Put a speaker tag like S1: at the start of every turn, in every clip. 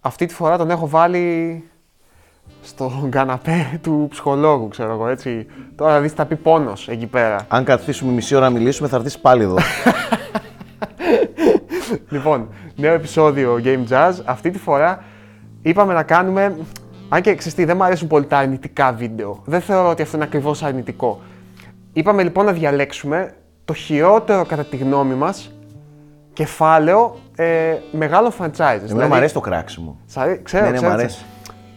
S1: Αυτή τη φορά τον έχω βάλει στον καναπέ του ψυχολόγου, ξέρω εγώ, έτσι. Τώρα θα δεις θα πει πόνος εκεί πέρα.
S2: Αν καθίσουμε μισή ώρα να μιλήσουμε, θα έρθει πάλι εδώ.
S1: λοιπόν, νέο επεισόδιο Game Jazz. Αυτή τη φορά είπαμε να κάνουμε. Αν και ξεστή, δεν μου αρέσουν πολύ τα αρνητικά βίντεο. Δεν θεωρώ ότι αυτό είναι ακριβώς αρνητικό. Είπαμε λοιπόν να διαλέξουμε το χειρότερο κατά τη γνώμη μας κεφάλαιο ε, μεγάλο franchise.
S2: Εμένα
S1: Δηλαδή-
S2: μου αρέσει το κράξιμο.
S1: Σ' αρέ- Ξέρω,
S2: Ναι, ναι,
S1: ξέρω,
S2: μ'
S1: ξέρω.
S2: αρέσει.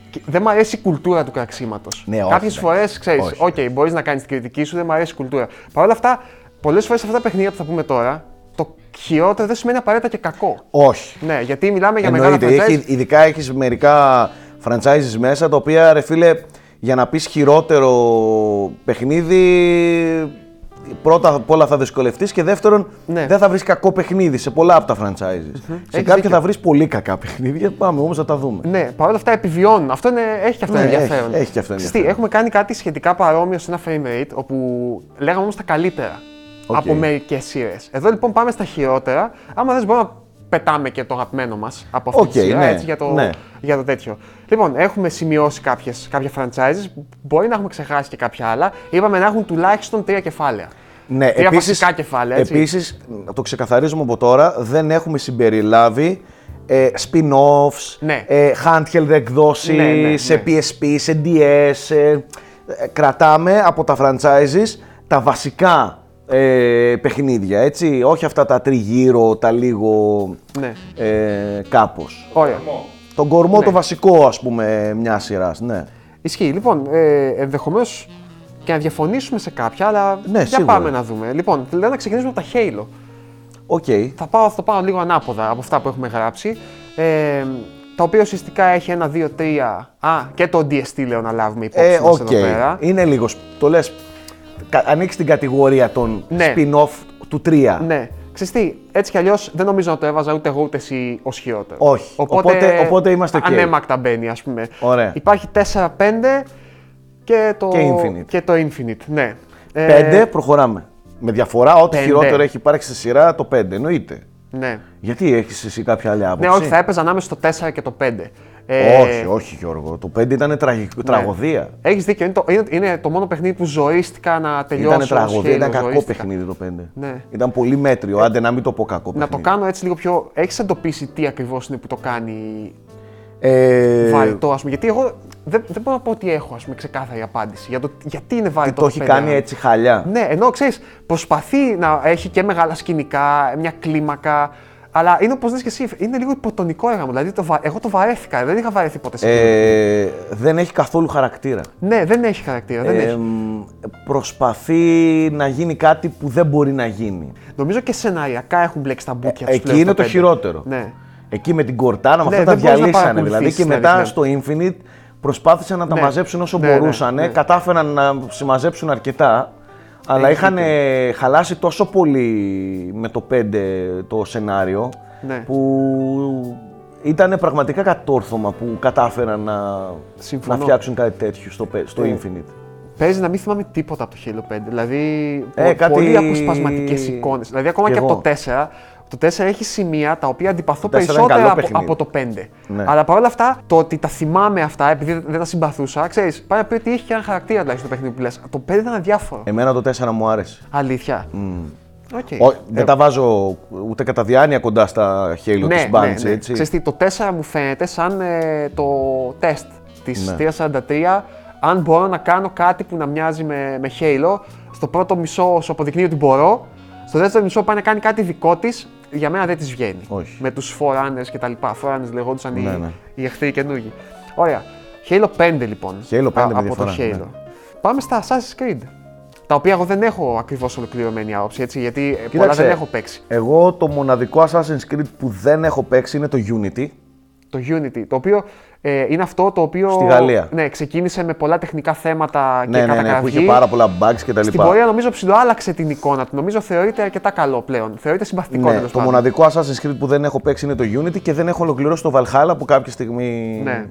S1: Και Δεν μ' αρέσει η κουλτούρα του κραξίματος.
S2: Ναι, όχι,
S1: Κάποιες
S2: εντάξει.
S1: φορές ξέρεις,
S2: Όχι.
S1: οκ, μπορείς να κάνεις την κριτική σου, δεν μ' αρέσει η κουλτούρα. Παρ' όλα αυτά, πολλές φορές αυτά τα παιχνίδια που θα πούμε τώρα, το χειρότερο δεν σημαίνει απαραίτητα και κακό.
S2: Όχι.
S1: Ναι, γιατί μιλάμε για
S2: Εννοείται.
S1: μεγάλα franchise.
S2: Έχει, ειδικά έχεις μερικά franchises μέσα τα οποία ρε φίλε για να πεις χειρότερο παιχνίδι. Πρώτα απ' όλα θα δυσκολευτείς και δεύτερον
S1: Ναι.
S2: δεν θα βρεις κακό παιχνίδι σε πολλά από τα franchises. Σε
S1: Έχεις
S2: κάποια
S1: δίκιο.
S2: θα βρεις πολύ κακά παιχνίδια. Πάμε όμως να τα δούμε.
S1: Ναι, παρόλα αυτά επιβιώνουν. Αυτό είναι, έχει και αυτό
S2: Ναι,
S1: ενδιαφέρον.
S2: έχει- έχει και αυτό
S1: Ξέρεις τι,
S2: ενδιαφέρον.
S1: έχουμε κάνει κάτι σχετικά παρόμοιο σε ένα frame rate, όπου λέγαμε όμως τα καλύτερα
S2: Οκ.
S1: από μερικές σειρές. Εδώ λοιπόν πάμε στα χειρότερα. Άμα δεν μπορούμε να πετάμε και το αγαπημένο μας από αυτή
S2: Οκ,
S1: τη σειρά,
S2: ναι,
S1: έτσι, για, το,
S2: ναι.
S1: για το τέτοιο. Λοιπόν, έχουμε σημειώσει κάποιες, κάποια franchises, που μπορεί να έχουμε ξεχάσει και κάποια άλλα. Είπαμε να έχουν τουλάχιστον τρία κεφάλαια.
S2: Ναι,
S1: τρία
S2: επίσης,
S1: βασικά κεφάλαια. Έτσι.
S2: επίσης, να το ξεκαθαρίζουμε από τώρα, δεν έχουμε συμπεριλάβει ε, spin-offs,
S1: Ναι.
S2: ε, handheld εκδόσεις,
S1: Ναι, ναι, ναι.
S2: σε PSP, σε DS. ε, ε, κρατάμε από τα franchises τα βασικά ε, παιχνίδια, έτσι. Όχι αυτά τα τριγύρω, τα λίγο
S1: Ναι.
S2: ε, κάπως.
S1: Ωραία.
S2: Τον κορμό
S1: Ναι.
S2: το βασικό, ας πούμε, μια σειράς. Ναι.
S1: Ισχύει. Λοιπόν, ε, ενδεχομένως και να διαφωνήσουμε σε κάποια, αλλά για
S2: Ναι, σίγουρα.
S1: πάμε να δούμε. Λοιπόν, λέω να ξεκινήσουμε από τα Halo.
S2: Οκ.
S1: Θα πάω, θα το πάω λίγο ανάποδα από αυτά που έχουμε γράψει. Ε, τα οποία ουσιαστικά έχει ένα, δύο, τρία. Α, και το DST λέω να λάβουμε υπόψη
S2: Ε,
S1: μας
S2: οκ.
S1: εδώ πέρα.
S2: Είναι λίγο. σ- Το λες. Ανοίξεις την κατηγορία των
S1: Ναι.
S2: spin-off του 3.
S1: Ναι. Ξέρεις τι, έτσι κι αλλιώς δεν νομίζω να το έβαζα ούτε εγώ ούτε εσύ ως χειρότερο.
S2: Όχι. Οπότε- οπότε είμαστε οκ.
S1: Ανέμακτα μπαίνει, ας πούμε.
S2: Ωραία.
S1: Υπάρχει 4-5 και το,
S2: Και Infinite.
S1: και το Infinite. Ναι. Ε,
S2: 5, προχωράμε. Με διαφορά, ό,τι
S1: πέντε.
S2: χειρότερο έχει υπάρξει στη σειρά, το 5. Εννοείται.
S1: ναι.
S2: Γιατί έχεις εσύ κάποια άλλη άποψη.
S1: Ναι, όχι, θα Ε. έπαιζα ανάμεσα στο 4 και το 5.
S2: όχι, όχι, Γιώργο. Το 5 ήταν τραγικ...
S1: Ναι.
S2: τραγωδία.
S1: Έχεις δίκιο. Είναι το, είναι, είναι το μόνο παιχνίδι που ζορίστηκα να τελειώσω.
S2: Ήταν
S1: ως
S2: τραγωδία,
S1: Halo,
S2: ήταν κακό
S1: ζορίστηκα.
S2: παιχνίδι το 5.
S1: Ναι.
S2: Ήταν πολύ μέτριο, άντε να μην το πω κακό
S1: Να
S2: παιχνίδι.
S1: το κάνω έτσι λίγο πιο. Έχεις εντοπίσει τι ακριβώς είναι που το κάνει
S2: Ε,
S1: βαρυτό, ας πούμε. Γιατί εγώ δεν, δεν μπορώ να πω ότι έχω ας πούμε, ξεκάθαρη απάντηση για το γιατί είναι βαρυτό.
S2: το έχει
S1: πέντε,
S2: κάνει
S1: αν-
S2: έτσι χαλιά.
S1: Ναι, ενώ ξέρεις, προσπαθεί να έχει και μεγάλα σκηνικά, μια κλίμακα. Αλλά είναι όπως λες και εσύ, είναι λίγο υποτονικό έργο. Δηλαδή, το βα... εγώ το βαρέθηκα, δεν είχα βαρεθεί ποτέ σε ε...
S2: Ε, δεν έχει καθόλου χαρακτήρα.
S1: Ναι, δεν έχει χαρακτήρα. δεν
S2: Ε,
S1: έχει.
S2: μ, προσπαθεί να γίνει κάτι που δεν μπορεί να γίνει.
S1: Νομίζω και σενάριακά έχουν μπλέξει τα μπουκιά τους
S2: Ε, Εκεί
S1: πλέον
S2: είναι το
S1: πέντε.
S2: χειρότερο.
S1: Ναι.
S2: Εκεί με την Κορτάνα, με
S1: Ναι,
S2: αυτά τα
S1: δεν μπορείς να
S2: διαλύσανε δηλαδή.
S1: παρακολουθήσεις,
S2: Και
S1: στην
S2: μετά στο
S1: αλήθεια.
S2: Infinite προσπάθησαν να τα
S1: Ναι.
S2: μαζέψουν όσο
S1: Ναι, ναι,
S2: μπορούσαν.
S1: ναι.
S2: Κατάφεραν να συμμαζέψουν αρκετά. Αλλά
S1: Έχεις
S2: είχαν ε, χαλάσει τόσο πολύ με το 5 το σενάριο
S1: Ναι.
S2: που ήταν πραγματικά κατόρθωμα που κατάφεραν να, να
S1: Συμφωνώ.
S2: φτιάξουν κάτι τέτοιο στο, πε- στο
S1: Ναι.
S2: Infinite.
S1: Παίζει να μην θυμάμαι τίποτα από το Halo 5. Δηλαδή,
S2: Ε,
S1: πο-
S2: κάτι-
S1: πολύ αποσπασματικές εικόνες. Δηλαδή, ακόμα
S2: Κι
S1: και,
S2: εγώ.
S1: από το 4, το 4 έχει σημεία τα οποία αντιπαθώ
S2: Το 4 είναι
S1: περισσότερα
S2: καλό
S1: από,
S2: παιχνίδι.
S1: από το 5.
S2: Ναι.
S1: Αλλά παρόλα αυτά, το ότι τα θυμάμαι αυτά, επειδή δεν τα συμπαθούσα, ξέρεις, πάει να πει ότι έχει και ένα χαρακτήρα τουλάχιστον το παιχνίδι που λες. Το 5 ήταν αδιάφορο.
S2: Εμένα το 4 μου άρεσε.
S1: Αλήθεια. Οκ.
S2: Ό,
S1: Ε,
S2: δεν τα βάζω ούτε κατά διάνοια κοντά στα χέλια της Bungie, έτσι.
S1: Ναι, Ξέρεις τι, το 4 μου φαίνεται σαν ε, το τεστ
S2: Ναι.
S1: της 343, αν μπορώ να κάνω κάτι που να μοιάζει με, με Halo. Στο πρώτο μισό σου αποδεικνύει ότι μπορώ, στο δεύτερο μισό πάει να κάνει κάτι δικό της, για μένα δεν της βγαίνει.
S2: Όχι.
S1: Με τους φοράνες και τα λοιπά, φοράνες λεγόντουσαν
S2: Ναι,
S1: οι,
S2: ναι.
S1: οι εχθροί καινούργοι. Ωραία, Halo 5 λοιπόν,
S2: Halo 5 με
S1: από
S2: διαφορά,
S1: το
S2: ναι.
S1: Halo. Πάμε στα Assassin's Creed. Τα οποία εγώ δεν έχω ακριβώς ολοκληρωμένη άποψη, έτσι, γιατί ε, πολλά
S2: Κοίταξε,
S1: δεν έχω παίξει.
S2: Εγώ το μοναδικό Assassin's Creed που δεν έχω παίξει είναι το Unity.
S1: Το Unity, το οποίο ε, είναι αυτό το οποίο.
S2: Στη Γαλλία.
S1: Ναι, ξεκίνησε με πολλά τεχνικά θέματα και
S2: ναι, ναι, ναι, που είχε
S1: κατακραυγή.
S2: πάρα πολλά bugs κτλ.
S1: Στην πορεία νομίζω ψηλό άλλαξε την εικόνα του. Νομίζω θεωρείται αρκετά καλό πλέον. Θεωρείται συμπαθητικό
S2: Ναι,
S1: τέλος
S2: το
S1: πάντων.
S2: μοναδικό Assassin's Creed που δεν έχω παίξει είναι το Unity και δεν έχω ολοκληρώσει το Valhalla που κάποια στιγμή
S1: Ναι.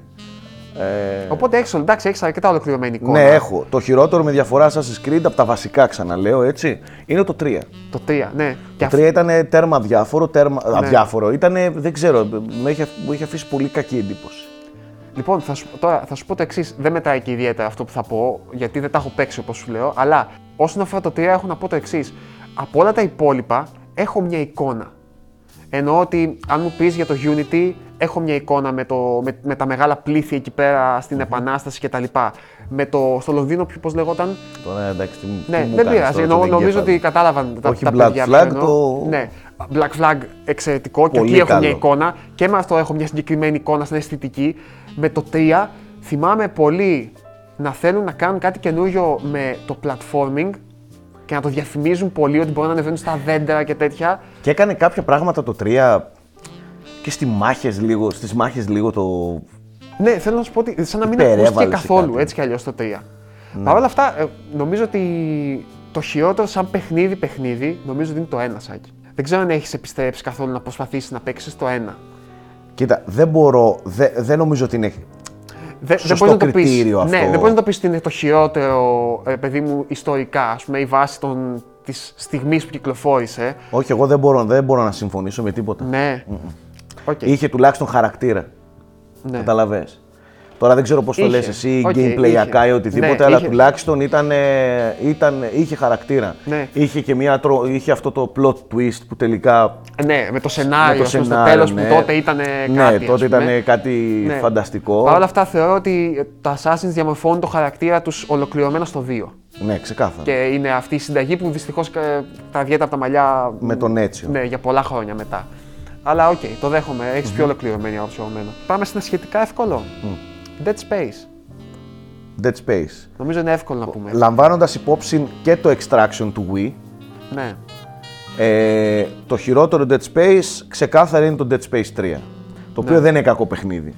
S2: Ε,
S1: Οπότε έχεις εντάξει, έχεις αρκετά ολοκληρωμένη εικόνα.
S2: ναι, έχω. Το χειρότερο με διαφορά σας Creed από τα βασικά, ξαναλέω έτσι, είναι το 3.
S1: Το 3, ναι. Και Ναι.
S2: Το
S1: αυτό-
S2: 3 ήταν τέρμα αδιάφορο, τέρμα αδιάφορο. Ήταν, δεν ξέρω, με είχε, μου είχε αφήσει πολύ κακή εντύπωση.
S1: Λοιπόν, θα σου, τώρα θα σου πω το εξής. Δεν μετράει και ιδιαίτερα αυτό που θα πω, γιατί δεν τα έχω παίξει όπως σου λέω. Αλλά όσον αφορά το 3, έχω να πω το εξής. Από όλα τα υπόλοιπα, έχω μια εικόνα. Εννοώ ότι αν μου πεις για το Unity, έχω μια εικόνα με, το, με, με τα μεγάλα πλήθη εκεί πέρα στην Επανάσταση κτλ. Με το στο Λονδίνο, πώς λεγόταν.
S2: Τώρα εντάξει, τι, μου- τι
S1: Ναι,
S2: μου
S1: δεν
S2: κάνεις
S1: πειράζει.
S2: τώρα,
S1: Εννοώ,
S2: δεν
S1: νομίζω
S2: εγκέφαλο.
S1: ότι κατάλαβαν τα,
S2: Όχι
S1: τα
S2: Black
S1: παιδιά. που
S2: Flag,
S1: εννοώ.
S2: το-
S1: Ναι, Black Flag εξαιρετικό και
S2: Πολύ
S1: εκεί έχω
S2: καλό.
S1: μια εικόνα. Και με αυτό έχω μια συγκεκριμένη εικόνα στην αισθητική. Με το 3 θυμάμαι πολύ να θέλουν να κάνουν κάτι καινούριο με το platforming και να το διαφημίζουν πολύ ότι μπορούν να ανεβαίνουν στα δέντρα και τέτοια.
S2: Και έκανε κάποια πράγματα το 3 και στι μάχες λίγο, στις μάχες λίγο το...
S1: Ναι, θέλω να σου πω ότι σαν να μην
S2: Υπερέβαλε
S1: ακούστηκε
S2: σε
S1: καθόλου
S2: κάτι. Ναι.
S1: έτσι κι αλλιώς το 3. Παρ' όλα αυτά, ε, νομίζω ότι το χειρότερο σαν παιχνίδι παιχνίδι, νομίζω ότι είναι το 1 σάκι. Δεν ξέρω αν έχεις επιστρέψει καθόλου να προσπαθήσεις να παίξεις το 1.
S2: Κοίτα, δεν μπορώ, δε- δεν νομίζω ότι είναι...
S1: Δε,
S2: Σωστό
S1: μπορείς να το πεις.
S2: κριτήριο αυτό.
S1: Ναι, δεν μπορεί να το πεις ότι είναι το χειρότερο, ε, παιδί μου, ιστορικά, ας πούμε, η βάση των, της στιγμής που κυκλοφόρησε.
S2: Όχι, εγώ δεν μπορώ, δεν μπορώ να συμφωνήσω με τίποτα.
S1: Ναι. Οκ.
S2: Είχε τουλάχιστον χαρακτήρα,
S1: Ναι.
S2: καταλαβες. Τώρα δεν ξέρω πώς το
S1: Είχε.
S2: λες εσύ,
S1: Οκ,
S2: gameplayακά
S1: είχε.
S2: ή οτιδήποτε,
S1: Ναι,
S2: αλλά
S1: είχε.
S2: τουλάχιστον ήταν, ε, ήταν, είχε χαρακτήρα.
S1: Ναι.
S2: Είχε και μια, τρο- είχε αυτό το plot twist που τελικά
S1: Ναι, με το
S2: με
S1: σενάριο,
S2: το
S1: ας πούμε,
S2: σενάριο,
S1: στο
S2: ναι.
S1: τέλος που τότε ήταν κάτι.
S2: Ναι,
S1: ας
S2: τότε
S1: πούμε.
S2: ήταν κάτι
S1: Ναι.
S2: φανταστικό.
S1: Παρ' όλα αυτά θεωρώ ότι τα Assassins διαμορφώνουν το χαρακτήρα τους ολοκληρωμένα στο 2.
S2: Ναι, ξεκάθαρα.
S1: Και είναι αυτή η συνταγή που δυστυχώς ε, τα διέτα από τα μαλλιά.
S2: Με τον Έτσιο.
S1: Ναι, για πολλά χρόνια μετά. Αλλά οκ, το δέχομαι. Έχεις πιο ολοκληρωμένη άποψη από μένα. Πάμε σε ένα σχετικά εύκολο. Dead Space.
S2: Dead Space.
S1: Νομίζω είναι εύκολο να πούμε.
S2: Λαμβάνοντας υπόψη και το extraction του Wii,
S1: Ναι.
S2: ε, το χειρότερο Dead Space ξεκάθαρα είναι το Dead Space 3. Το
S1: Ναι.
S2: οποίο δεν είναι κακό παιχνίδι.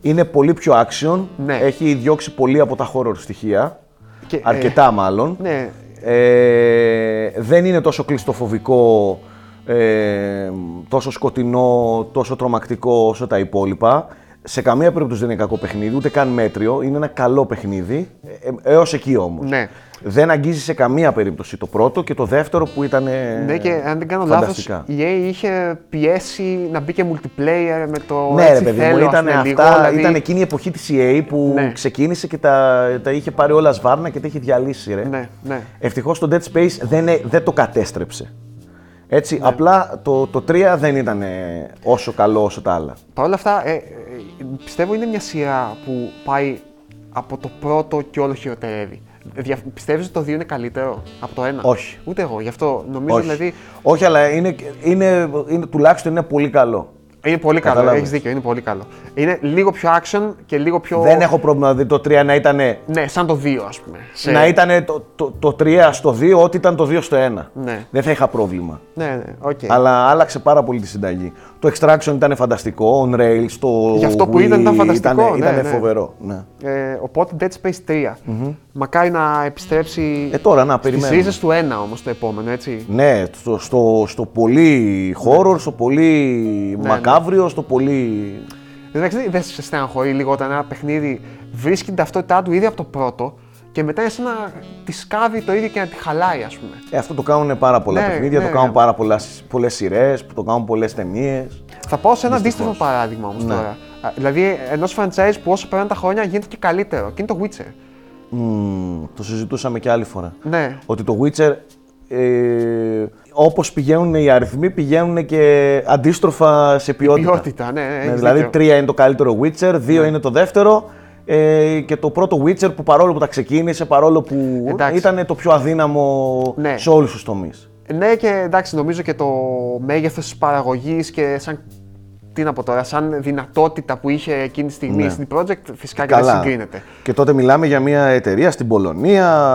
S2: Είναι πολύ πιο action,
S1: Ναι.
S2: έχει διώξει πολύ από τα horror στοιχεία,
S1: Και, ε,
S2: αρκετά μάλλον.
S1: Ναι.
S2: Ε, δεν είναι τόσο κλειστοφοβικό, ε, τόσο σκοτεινό, τόσο τρομακτικό όσο τα υπόλοιπα. Σε καμία περίπτωση δεν είναι κακό παιχνίδι, ούτε καν μέτριο. Είναι ένα καλό παιχνίδι, ε, ε, έως εκεί όμως.
S1: Ναι.
S2: Δεν αγγίζει σε καμία περίπτωση το πρώτο και το δεύτερο που ήταν ε,
S1: Ναι, και αν δεν κάνω λάθος,
S2: φανταστικά.
S1: η EA είχε πιέσει να μπει και multiplayer με το.
S2: Ναι,
S1: έτσι
S2: ρε παιδί
S1: θέλω,
S2: μου,
S1: ας
S2: ήταν,
S1: πούμε,
S2: αυτά,
S1: λίγο, δηλαδή-
S2: ήταν εκείνη η εποχή της EA που
S1: Ναι.
S2: ξεκίνησε και τα, τα είχε πάρει όλα σβάρνα και τα είχε διαλύσει. Ρε.
S1: Ναι, ναι.
S2: Ευτυχώς το Dead Space δεν, ε- δεν το κατέστρεψε. Έτσι,
S1: Ναι.
S2: απλά το, το 3 δεν ήταν ε, όσο καλό όσο τα άλλα.
S1: Παρ' όλα αυτά, ε, ε, πιστεύω είναι μια σειρά που πάει από το πρώτο και όλο χειροτερεύει. Δια... Πιστεύεις ότι το 2 είναι καλύτερο από το 1.
S2: Όχι.
S1: Ούτε εγώ. Γι' αυτό νομίζω
S2: Όχι.
S1: δηλαδή.
S2: Όχι, αλλά είναι, είναι, είναι, τουλάχιστον είναι πολύ καλό.
S1: Είναι πολύ καλό.
S2: Καταλάβες.
S1: Έχει δίκιο. Είναι πολύ καλό. Είναι λίγο πιο action και λίγο πιο.
S2: Δεν έχω πρόβλημα να δει το 3 να ήταν,
S1: Ναι, σαν το 2, ας πούμε. Σε-
S2: να ήταν το, το, το 3 στο 2 ό,τι ήταν το 2 στο 1.
S1: Ναι.
S2: Δεν θα είχα πρόβλημα.
S1: Ναι, ναι, οκ.
S2: Αλλά άλλαξε πάρα πολύ τη συνταγή. Το Extraction ήταν φανταστικό, on rails, το
S1: Γι' αυτό που
S2: Wii
S1: ήταν, ήταν φανταστικό,
S2: Ήταν,
S1: ναι,
S2: ήτανε
S1: ναι.
S2: φοβερό. Ναι.
S1: Ε, οπότε Dead Space 3. Μακάρι να επιστρέψει.
S2: Ε, τώρα να
S1: στις
S2: περιμένουμε.
S1: ρίζες του 1 όμως το επόμενο, έτσι.
S2: Ναι, στο, στο, στο πολύ horror, στο πολύ
S1: Ναι,
S2: μακάβριο, στο πολύ...
S1: Εντάξει, δεν σε στεναχωρεί λίγο όταν ένα παιχνίδι βρίσκει την ταυτότητά του ήδη από το πρώτο και μετά είναι σαν να τη σκάβει το ίδιο και να τη χαλάει, ας πούμε.
S2: Ε, αυτό το κάνουν πάρα πολλά
S1: Ναι,
S2: παιχνίδια,
S1: ναι,
S2: το κάνουν
S1: ναι.
S2: πάρα πολλά, πολλές σειρές, το κάνουν πολλές ταινίες.
S1: Θα πάω σε ένα αντίστοιχο παράδειγμα όμως τώρα. Α, Δηλαδή, ενός franchise που όσο περνάνε τα χρόνια γίνεται και καλύτερο και είναι το Witcher.
S2: Μμμ, το συζητούσαμε και άλλη φορά.
S1: Ναι.
S2: Ότι το Witcher, ε, όπως πηγαίνουν οι αριθμοί, πηγαίνουν και αντίστροφα σε ποιότητα.
S1: Ποιότητα, ναι, ναι, έχεις
S2: δηλαδή,
S1: δίκιο. Ναι.
S2: τρία είναι το καλύτερο Witcher, δύο είναι το δεύτερο ε, και το πρώτο Witcher που παρόλο που τα ξεκίνησε, παρόλο που
S1: Εντάξει.
S2: ήταν το πιο αδύναμο
S1: Ναι.
S2: σε όλους τους τομείς.
S1: Ναι, και εντάξει, νομίζω και το μέγεθος της παραγωγής και σαν. Τι να πω τώρα, σαν δυνατότητα που είχε εκείνη τη στιγμή
S2: Ναι.
S1: στην project, φυσικά και δεν συγκρίνεται.
S2: Και τότε μιλάμε για μια εταιρεία στην Πολωνία,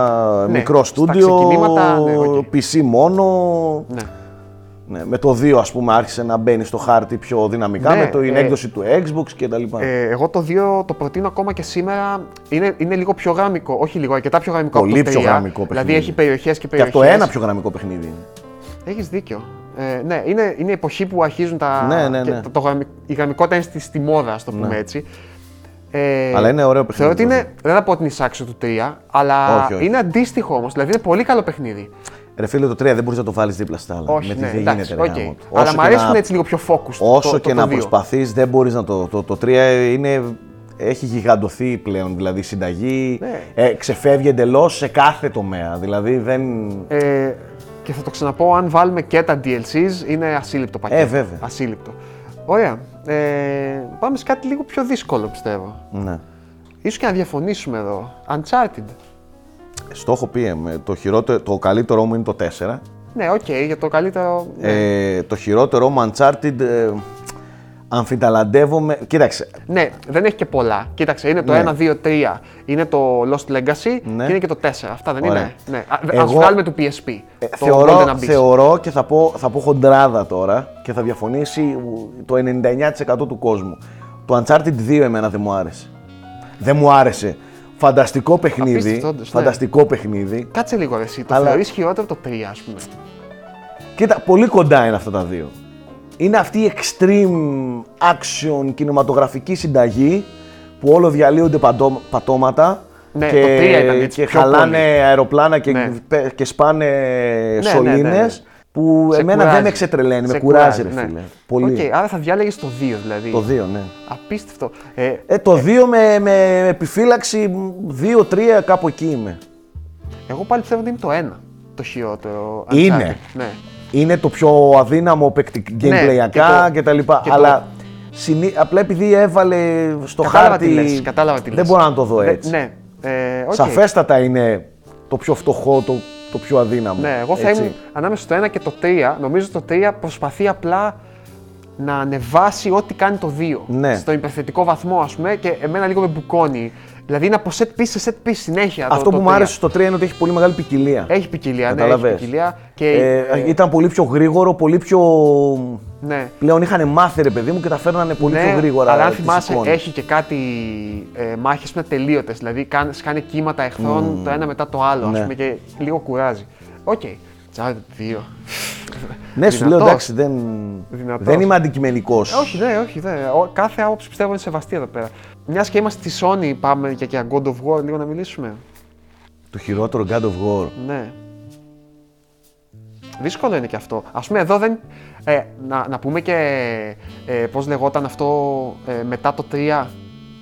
S1: Ναι, στα
S2: μικρό στούντιο,
S1: ξεκινήματα, ναι, οκ.
S2: PC μόνο.
S1: Ναι.
S2: Ναι, με το 2 ας πούμε άρχισε να μπαίνει στο χάρτη πιο δυναμικά,
S1: Ναι,
S2: με το, την
S1: ε,
S2: έκδοση του Xbox και τα λοιπά.
S1: Ε, εγώ το 2 το προτείνω ακόμα και σήμερα. Είναι, είναι λίγο πιο γραμμικό. Όχι λίγο, αρκετά πιο γραμμικό
S2: Πολύ
S1: από το
S2: πιο
S1: 3.
S2: γραμμικό
S1: Δηλαδή
S2: παιχνίδι.
S1: έχει περιοχές και
S2: και από
S1: περιοχέ.
S2: το ένα πιο γραμμικό παιχνίδι είναι.
S1: Έχεις δίκιο. Ε, ναι, είναι, είναι η εποχή που αρχίζουν τα.
S2: Ναι, ναι,
S1: και
S2: ναι.
S1: το- το γραμμι- η γραμμικότητα είναι στη, στη μόδα, ας το πούμε έτσι. Ε,
S2: Αλλά είναι ωραίο παιχνίδι,
S1: Θεωρώ ότι
S2: βέβαια.
S1: είναι, δεν θα πω ότι είναι εισάξιο του 3, αλλά
S2: Όχι, όχι.
S1: είναι αντίστοιχο όμως. Δηλαδή είναι πολύ καλό παιχνίδι.
S2: Ρε φίλε, το 3 δεν μπορείς να το βάλεις δίπλα στα άλλα.
S1: Όχι,
S2: Με τι
S1: ναι,
S2: δεν
S1: εντάξει,
S2: γίνεται, ρε
S1: οκ.
S2: γάμο του.
S1: Αλλά
S2: Όσο
S1: μ'
S2: και
S1: αρέσουν
S2: να-
S1: έτσι λίγο πιο focused, το-
S2: Όσο
S1: το-
S2: και
S1: το
S2: να
S1: δύο.
S2: προσπαθείς, δεν μπορείς να το. Το, το, 3 είναι, έχει γιγαντωθεί πλέον. Δηλαδή η συνταγή
S1: Ναι.
S2: ε, ξεφεύγει εντελώς σε κάθε τομέα. Δηλαδή δεν.
S1: Ε, και θα το ξαναπώ, αν βάλουμε και τα DLCs, είναι ασύλληπτο πακέτο.
S2: Ε, βέβαια.
S1: Ασύλληπτο. Ωραία. Ε, πάμε σε κάτι λίγο πιο δύσκολο, πιστεύω.
S2: Ναι.
S1: Ίσως και να διαφωνήσουμε εδώ. Uncharted.
S2: Στο έχω πει. ε, με- Το, χειρότερο, το καλύτερό μου είναι το 4.
S1: Ναι, οκ, για το καλύτερο. Ναι.
S2: Ε, το χειρότερό μου Uncharted. Ε, αμφιταλαντεύομαι. Κοίταξε.
S1: Ναι, δεν έχει και πολλά. Κοίταξε, είναι το
S2: Ναι.
S1: 1, 2, 3. Είναι το Lost Legacy
S2: Ναι.
S1: και είναι και το 4. Αυτά δεν
S2: Ωραία.
S1: είναι. Ναι. Α ας
S2: Εγώ-
S1: βγάλουμε του PSP.
S2: Ε,
S1: το Golden
S2: θεωρώ,
S1: Abyss.
S2: θεωρώ και θα πω, θα πω χοντράδα τώρα και θα διαφωνήσει το 99% του κόσμου. Το Uncharted 2 εμένα δεν μου άρεσε. Δεν μου άρεσε. Φανταστικό παιχνίδι.
S1: Απίστευτος, όντως, ναι.
S2: Φανταστικό παιχνίδι.
S1: Κάτσε λίγο ρε, εσύ. Το Αλλά...
S2: Αλλά-
S1: θεωρείς χειρότερο από το 3, ας πούμε.
S2: Κοίτα, πολύ κοντά είναι αυτά τα δύο. Είναι αυτή η extreme action κινηματογραφική συνταγή που όλο διαλύονται παντό- πατώματα
S1: Ναι, το τρία ήταν έτσι
S2: και
S1: πιο
S2: χαλάνε
S1: πολύ.
S2: αεροπλάνα και,
S1: Ναι.
S2: πε- και σπάνε
S1: ναι,
S2: σωλήνες
S1: ναι, ναι.
S2: που
S1: Σε
S2: εμένα
S1: κουράζει.
S2: δεν με ξετρελαίνει,
S1: Σε
S2: με κουράζει ρε
S1: ναι.
S2: φίλε. Πολύ.
S1: Οκ, άρα θα διάλεγες το 2 δηλαδή.
S2: Το 2, ναι.
S1: Απίστευτο. Ε,
S2: Ε, το 2 με, με επιφύλαξη 2-3 κάπου εκεί είμαι.
S1: εγώ πάλι πιστεύω ότι είναι το 1 το χειρότερο. Uncharted.
S2: Είναι.
S1: Ναι.
S2: είναι το πιο αδύναμο παίκτη
S1: και το-
S2: gameplayaκα και τα λοιπά.
S1: και το-
S2: αλλά συνή- απλά επειδή έβαλε στο
S1: Κατάλαβα
S2: χάρτη.
S1: τι λες, κατάλαβα τι λες.
S2: Δεν μπορώ να το δω
S1: Δε-
S2: έτσι.
S1: Ναι. Ε, οκ.
S2: Σαφέστατα είναι το πιο φτωχό, το, το πιο αδύναμο.
S1: Ναι, εγώ θα
S2: έτσι.
S1: ήμουν ανάμεσα στο 1 και το 3. Νομίζω το 3 προσπαθεί απλά να ανεβάσει ό,τι κάνει το 2.
S2: Ναι.
S1: Στο υπερθετικό βαθμό, ας πούμε, και εμένα λίγο με μπουκώνει. Δηλαδή είναι από set piece σε set piece συνέχεια. το-
S2: Αυτό
S1: το
S2: που μου
S1: τρία.
S2: άρεσε στο 3 είναι ότι έχει πολύ μεγάλη ποικιλία.
S1: Έχει ποικιλία, ναι, έχει
S2: Καταλαβες.
S1: ποικιλία. Και,
S2: Ε,
S1: ε,
S2: ήταν πολύ πιο γρήγορο, πολύ πιο.
S1: ναι.
S2: Πλέον είχαν μάθει ρε παιδί μου και τα φέρνανε πολύ
S1: Ναι,
S2: πιο γρήγορα.
S1: Αλλά αν
S2: τις
S1: θυμάσαι,
S2: εικόνες.
S1: έχει και κάτι ε, μάχες που είναι τελείωτες. Δηλαδή, κάνε, σκάνε κύματα εχθρών το ένα μετά το άλλο, ας
S2: Ναι.
S1: πούμε, και λίγο κουράζει. Οκ. Uncharted 2.
S2: Ναι, σου λέω
S1: Δυνατός.
S2: εντάξει, δεν,
S1: Δυνατός.
S2: δεν είμαι αντικειμενικός.
S1: Ε, Όχι, ναι, όχι. Δε. Ο- Κάθε άποψη πιστεύω είναι σεβαστή εδώ πέρα. Μιας και είμαστε στη Sony, πάμε για, για God of War λίγο να μιλήσουμε.
S2: Το χειρότερο God of War.
S1: Ναι. Δύσκολο είναι και αυτό. Ας πούμε, εδώ δεν. Ε, να, να πούμε και ε, πώς λεγόταν αυτό ε, μετά το 3,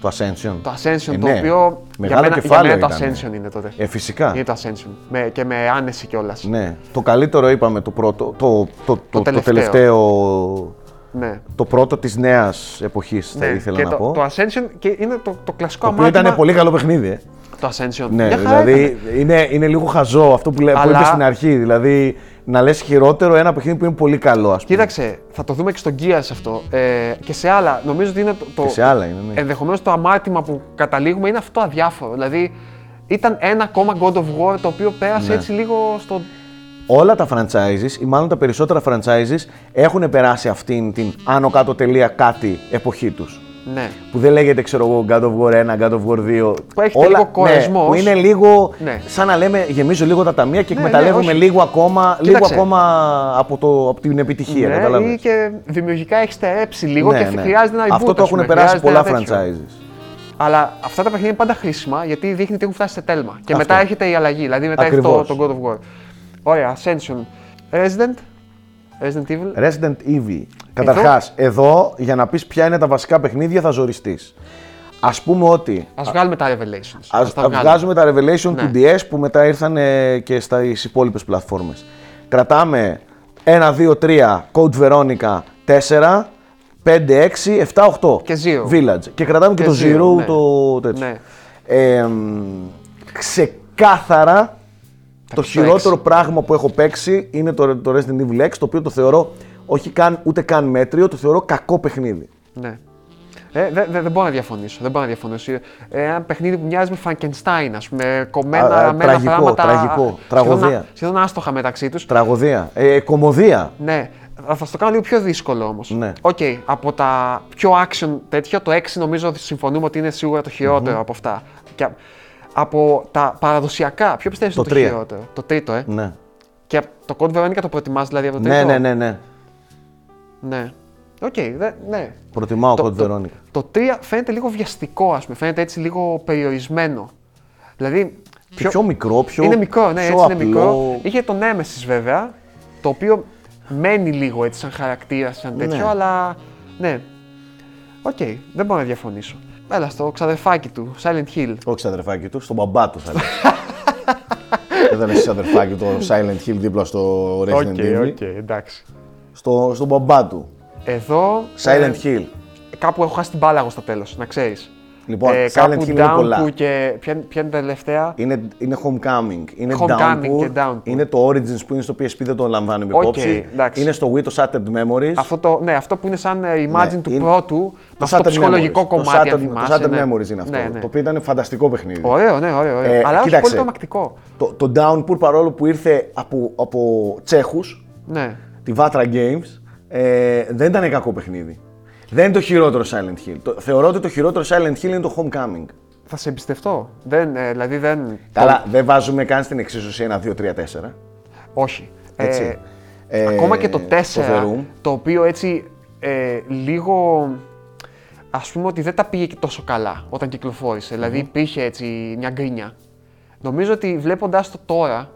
S2: Το Ascension.
S1: το Ascension,
S2: Ε,
S1: το
S2: ναι.
S1: οποίο.
S2: Μεγάλο
S1: για μένα, για
S2: κεφάλαιο
S1: μένα το
S2: ήταν.
S1: Ascension είναι τότε.
S2: Ε, φυσικά.
S1: Είναι το Ascension. Με, και με άνεση κιόλας.
S2: Ναι. Το καλύτερο είπαμε το πρώτο, το, το, το, το
S1: τελευταίο.
S2: τελευταίο.
S1: Ναι.
S2: το πρώτο της νέας εποχής
S1: Ναι,
S2: θα ήθελα
S1: και
S2: να
S1: το,
S2: πω.
S1: το Ascension και είναι το, το κλασικό
S2: το οποίο
S1: αμάρτημα.
S2: ήταν πολύ καλό παιχνίδι. ε.
S1: Το Ascension.
S2: Ναι,
S1: Μια χαρά ήταν.
S2: δηλαδή είναι, είναι λίγο χαζό αυτό που, λέ, που
S1: Αλλά-
S2: είπες στην αρχή. Δηλαδή να λες χειρότερο ένα παιχνίδι που είναι πολύ καλό, ας πούμε.
S1: Κοίταξε, θα το δούμε και στο Gears αυτό ε, και σε άλλα. Νομίζω ότι είναι το. το
S2: Και σε άλλα είναι, ναι.
S1: Ενδεχομένως το αμάρτημα που καταλήγουμε είναι αυτό αδιάφορο. Δηλαδή ήταν ένα ακόμα God of War το οποίο
S2: Ναι.
S1: πέρασε έτσι λίγο στο.
S2: Όλα τα franchises, ή μάλλον τα περισσότερα franchises, έχουν περάσει αυτήν την άνω κάτω τελεία κάτι εποχή τους.
S1: Ναι.
S2: που δεν λέγεται ξέρω εγώ God of War 1, God of War 2.
S1: Που έχετε λίγο κορεσμός.
S2: Ναι, που είναι λίγο
S1: Ναι.
S2: σαν να λέμε γεμίζω λίγο τα ταμεία και
S1: Ναι, ναι,
S2: εκμεταλλεύομαι
S1: όχι.
S2: λίγο ακόμα, λίγο
S1: Κοίταξε.
S2: ακόμα από, το, από την επιτυχία.
S1: ναι
S2: ε, καταλάβες.
S1: ή και δημιουργικά έχεις στερέψει λίγο
S2: Ναι,
S1: και
S2: ναι.
S1: χρειάζεται να
S2: Αυτό το έχουν περάσει πολλά franchises.
S1: Αλλά αυτά τα παιχνίδια είναι πάντα χρήσιμα γιατί δείχνει ότι έχουν φτάσει σε τέλμα. Και
S2: Αυτό.
S1: μετά έρχεται η αλλαγή. Δηλαδή μετά
S2: Ακριβώς.
S1: έχει το, το God of War. Ωραία, Ascension. Resident. Resident Evil.
S2: Resident Evil. Καταρχάς, εδώ... για να πεις ποια είναι τα βασικά παιχνίδια θα ζοριστείς. Ας πούμε ότι.
S1: Ας βγάλουμε τα Revelations.
S2: Ας,
S1: τα βγάλουμε.
S2: βγάζουμε τα Revelation
S1: Ναι.
S2: του DS που μετά ήρθαν ε, και στις υπόλοιπες πλατφόρμες. Κρατάμε 1, 2, 3, Code Veronica 4, 5, 6, 7, 8.
S1: Και Zero.
S2: Village. Και κρατάμε και,
S1: Και
S2: το
S1: Zero,
S2: Zero,
S1: ναι.
S2: το τέτοιο.
S1: Ναι.
S2: Ε, μ, ξεκάθαρα το
S1: παίξω
S2: χειρότερο πράγμα που έχω παίξει είναι το, το Resident Evil 6, το οποίο το θεωρώ όχι καν, ούτε καν μέτριο, το θεωρώ κακό παιχνίδι.
S1: Ναι. Ε, δεν δε, δεν μπορώ να διαφωνήσω. Δεν μπορώ να διαφωνήσω. Ε, ένα παιχνίδι που μοιάζει με Φραγκενστάιν, ας πούμε. Κομμένα
S2: Α, α,
S1: μένα
S2: τραγικό,
S1: πράγματα.
S2: τραγικό,
S1: σχεδόν α-
S2: τραγωδία.
S1: Σχεδόν άστοχα μεταξύ τους.
S2: Τραγωδία. Ε, κομμωδία.
S1: Ναι. Θα- Θα στο κάνω λίγο πιο δύσκολο όμως.
S2: Ναι.
S1: Οκ, από τα πιο action τέτοια, το 6 νομίζω ότι συμφωνούμε ότι είναι σίγουρα το χειροτερο από αυτά. Και α- από τα παραδοσιακά, ποιο πιστεύεις
S2: Το
S1: είναι το
S2: τρία.
S1: χειρότερο. Το τρίτο, ε.
S2: Ναι.
S1: Και απ- το Code Veronica το προτιμάς δηλαδή από το
S2: Ναι,
S1: τρίτο.
S2: ναι, ναι, ναι.
S1: Ναι. Οκ, δε- ναι.
S2: Προτιμάω
S1: Το-
S2: Code
S1: το-
S2: Veronica.
S1: Το, Το 3 φαίνεται λίγο βιαστικό, ας πούμε. Φαίνεται έτσι λίγο περιορισμένο. Δηλαδή.
S2: Πιο, πιο μικρό, πιο.
S1: είναι μικρό, ναι,
S2: πιο
S1: έτσι είναι
S2: απλό.
S1: μικρό. Είχε τον Έμεση βέβαια, το οποίο μένει λίγο έτσι σαν χαρακτήρα, σαν
S2: Ναι.
S1: τέτοιο, αλλά. Ναι. Οκ, δεν μπορώ να διαφωνήσω. Έλα στο ξαδερφάκι του, Silent Hill.
S2: Όχι σαν αδερφάκι του, στον μπαμπά του θα λέγαμε. Δεν ήταν εσύ αδερφάκι του, το Silent Hill δίπλα στο Resident
S1: Οκ,
S2: Evil.
S1: οκ, εντάξει.
S2: Στο, στον μπαμπά του.
S1: Εδώ.
S2: Silent
S1: ε,
S2: Hill.
S1: Κάπου έχω χάσει την μπάλα εγώ στο τέλος, να ξέρεις.
S2: Λοιπόν, Silent
S1: ε, κάπου
S2: Hill είναι
S1: down
S2: πολλά.
S1: που και. Ποια, είναι- ποια είναι τα τελευταία.
S2: Είναι, είναι homecoming. Είναι
S1: Homecoming
S2: downpour,
S1: και Downpour.
S2: Είναι το Origins που είναι στο PSP, δεν το λαμβάνουμε
S1: Οκ,
S2: υπόψη.
S1: εντάξει.
S2: Είναι στο Wii το Shattered Memories.
S1: Αυτό το, ναι, αυτό που είναι σαν ε, imagine
S2: Ναι,
S1: του
S2: είναι-
S1: πρώτου, με
S2: Το
S1: αυτό
S2: Shattered
S1: το ψυχολογικό
S2: Memories.
S1: κομμάτι,
S2: Το
S1: αν
S2: Shattered,
S1: θυμάσαι.
S2: το Shattered
S1: ναι.
S2: Memories είναι αυτό.
S1: Ναι, ναι.
S2: Το οποίο ήταν φανταστικό παιχνίδι.
S1: Ωραίο, ναι, ωραίο. ωραίο.
S2: Ε,
S1: Αλλά όχι
S2: κοίταξε.
S1: πολύ τρομακτικό.
S2: Το, το Downpour παρόλο που ήρθε από, από Τσέχους,
S1: Ναι.
S2: τη Vatra Games, ε, δεν ήταν κακό παιχνίδι. Δεν είναι το χειρότερο Silent Hill. Το, θεωρώ ότι το χειρότερο Silent Hill είναι το Homecoming.
S1: Θα σε εμπιστευτώ. Δεν, ε, δηλαδή δεν.
S2: Καλά, δεν βάζουμε καν στην εξίσωση 1, 2, 3, 4.
S1: Όχι.
S2: Έτσι. Ε,
S1: ακόμα και το 4,
S2: Το The Room.
S1: το, οποίο έτσι ε, λίγο. ας πούμε ότι δεν τα πήγε και τόσο καλά όταν κυκλοφόρησε. Δηλαδή υπήρχε έτσι μια γκρίνια. Νομίζω ότι βλέποντας το τώρα,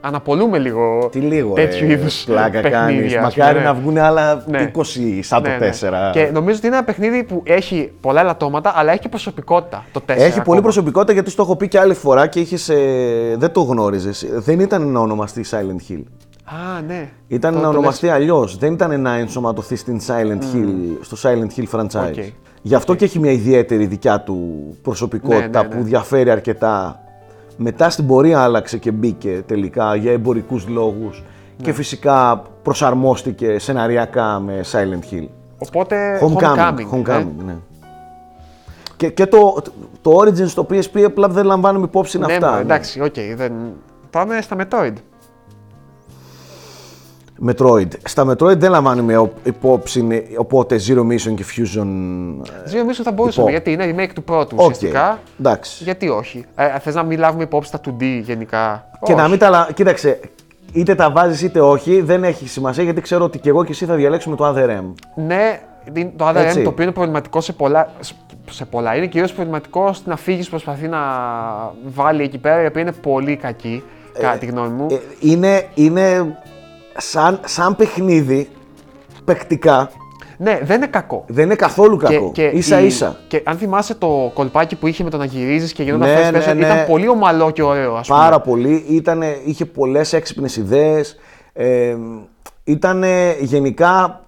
S1: αναπολούμε λίγο
S2: Τι λίγο.
S1: τέτοιου
S2: ε,
S1: είδους
S2: Πλάκα κάνεις. Μακάρι να βγουν άλλα
S1: Ναι.
S2: 20 σαν το 4.
S1: Και νομίζω ότι είναι ένα παιχνίδι που έχει πολλά ελαττώματα, αλλά έχει και προσωπικότητα το 4.
S2: Έχει πολύ
S1: ακόμα.
S2: προσωπικότητα γιατί στο έχω πει και άλλη φορά και έχεις, ε, δεν το γνώριζες. Δεν ήταν να ονομαστεί Silent Hill.
S1: Α, ναι.
S2: Ήταν
S1: Το-
S2: να
S1: το λες.
S2: ονομαστεί αλλιώς. Δεν ήταν να ενσωματωθείς στην Silent Hill, στο Silent Hill franchise.
S1: Οκ.
S2: Γι' αυτό και έχει μια ιδιαίτερη δικιά του προσωπικότητα
S1: Ναι, ναι, ναι.
S2: που διαφέρει αρκετά. Μετά στην πορεία άλλαξε και μπήκε τελικά για εμπορικούς λόγους
S1: Ναι.
S2: και φυσικά προσαρμόστηκε σεναριακά με Silent Hill.
S1: Οπότε.
S2: Homecoming.
S1: ε.
S2: homecoming ναι. Και, και το, το Origins στο PSP απλά δεν λαμβάνουμε υπόψη
S1: Ναι,
S2: αυτά.
S1: μα,
S2: ναι.
S1: εντάξει, οκ. δεν... Πάμε στα Metroid.
S2: Metroid. Στα Metroid δεν λαμβάνουμε υπόψη, οπότε Zero Mission και Fusion. ε,
S1: Ζήτω νομίζω θα μπορούσαμε, γιατί
S2: Λοιπόν.
S1: είναι remake του πρώτου
S2: Οκ.
S1: ουσιαστικά.
S2: Εντάξει.
S1: Γιατί όχι. Ε, Θες να μην λάβουμε υπόψη τα 2D γενικά.
S2: Και να
S1: Όχι.
S2: μην τα. λα- Κοίταξε, είτε τα βάζεις είτε όχι, δεν έχει σημασία γιατί ξέρω ότι και εγώ και εσύ θα διαλέξουμε το Other M.
S1: Ναι, είναι το Other
S2: Έτσι.
S1: M το οποίο είναι προβληματικό σε πολλά. Σε πολλά. Είναι κυρίως προβληματικό στην αφήγηση που προσπαθεί να βάλει εκεί πέρα, η οποία είναι πολύ κακή, κατά τη γνώμη μου.
S2: Ε, είναι είναι σαν, σαν παιχνίδι παικτικά.
S1: ναι, δεν είναι κακό.
S2: Δεν είναι καθόλου κακό. ίσα
S1: η-
S2: ίσα.
S1: Και αν θυμάσαι το κολπάκι που είχε με το να γυρίζεις και γινόταν
S2: Ναι,
S1: first
S2: ναι,
S1: person,
S2: ναι.
S1: ήταν πολύ ομαλό και ωραίο, ας πούμε.
S2: Πάρα πολύ. Ήτανε, είχε πολλές έξυπνες ιδέες. Ε, ήταν γενικά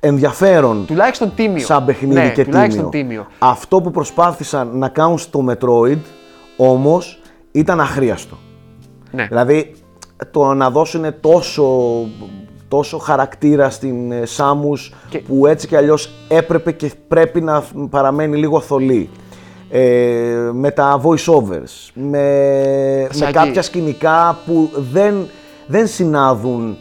S2: ενδιαφέρον
S1: Τουλάχιστον τίμιο.
S2: σαν παιχνίδι
S1: ναι,
S2: και
S1: τουλάχιστον
S2: τίμιο.
S1: τίμιο.
S2: Αυτό που προσπάθησαν να κάνουν στο Metroid όμως ήταν αχρίαστο.
S1: Ναι.
S2: Δηλαδή το να δώσουν τόσο, τόσο χαρακτήρα στην ε, Σάμους
S1: Και-
S2: που έτσι κι αλλιώς έπρεπε και πρέπει να παραμένει λίγο θολή. Ε, με τα voiceovers, με, με
S1: Σαγί.
S2: κάποια σκηνικά που δεν, δεν συνάδουν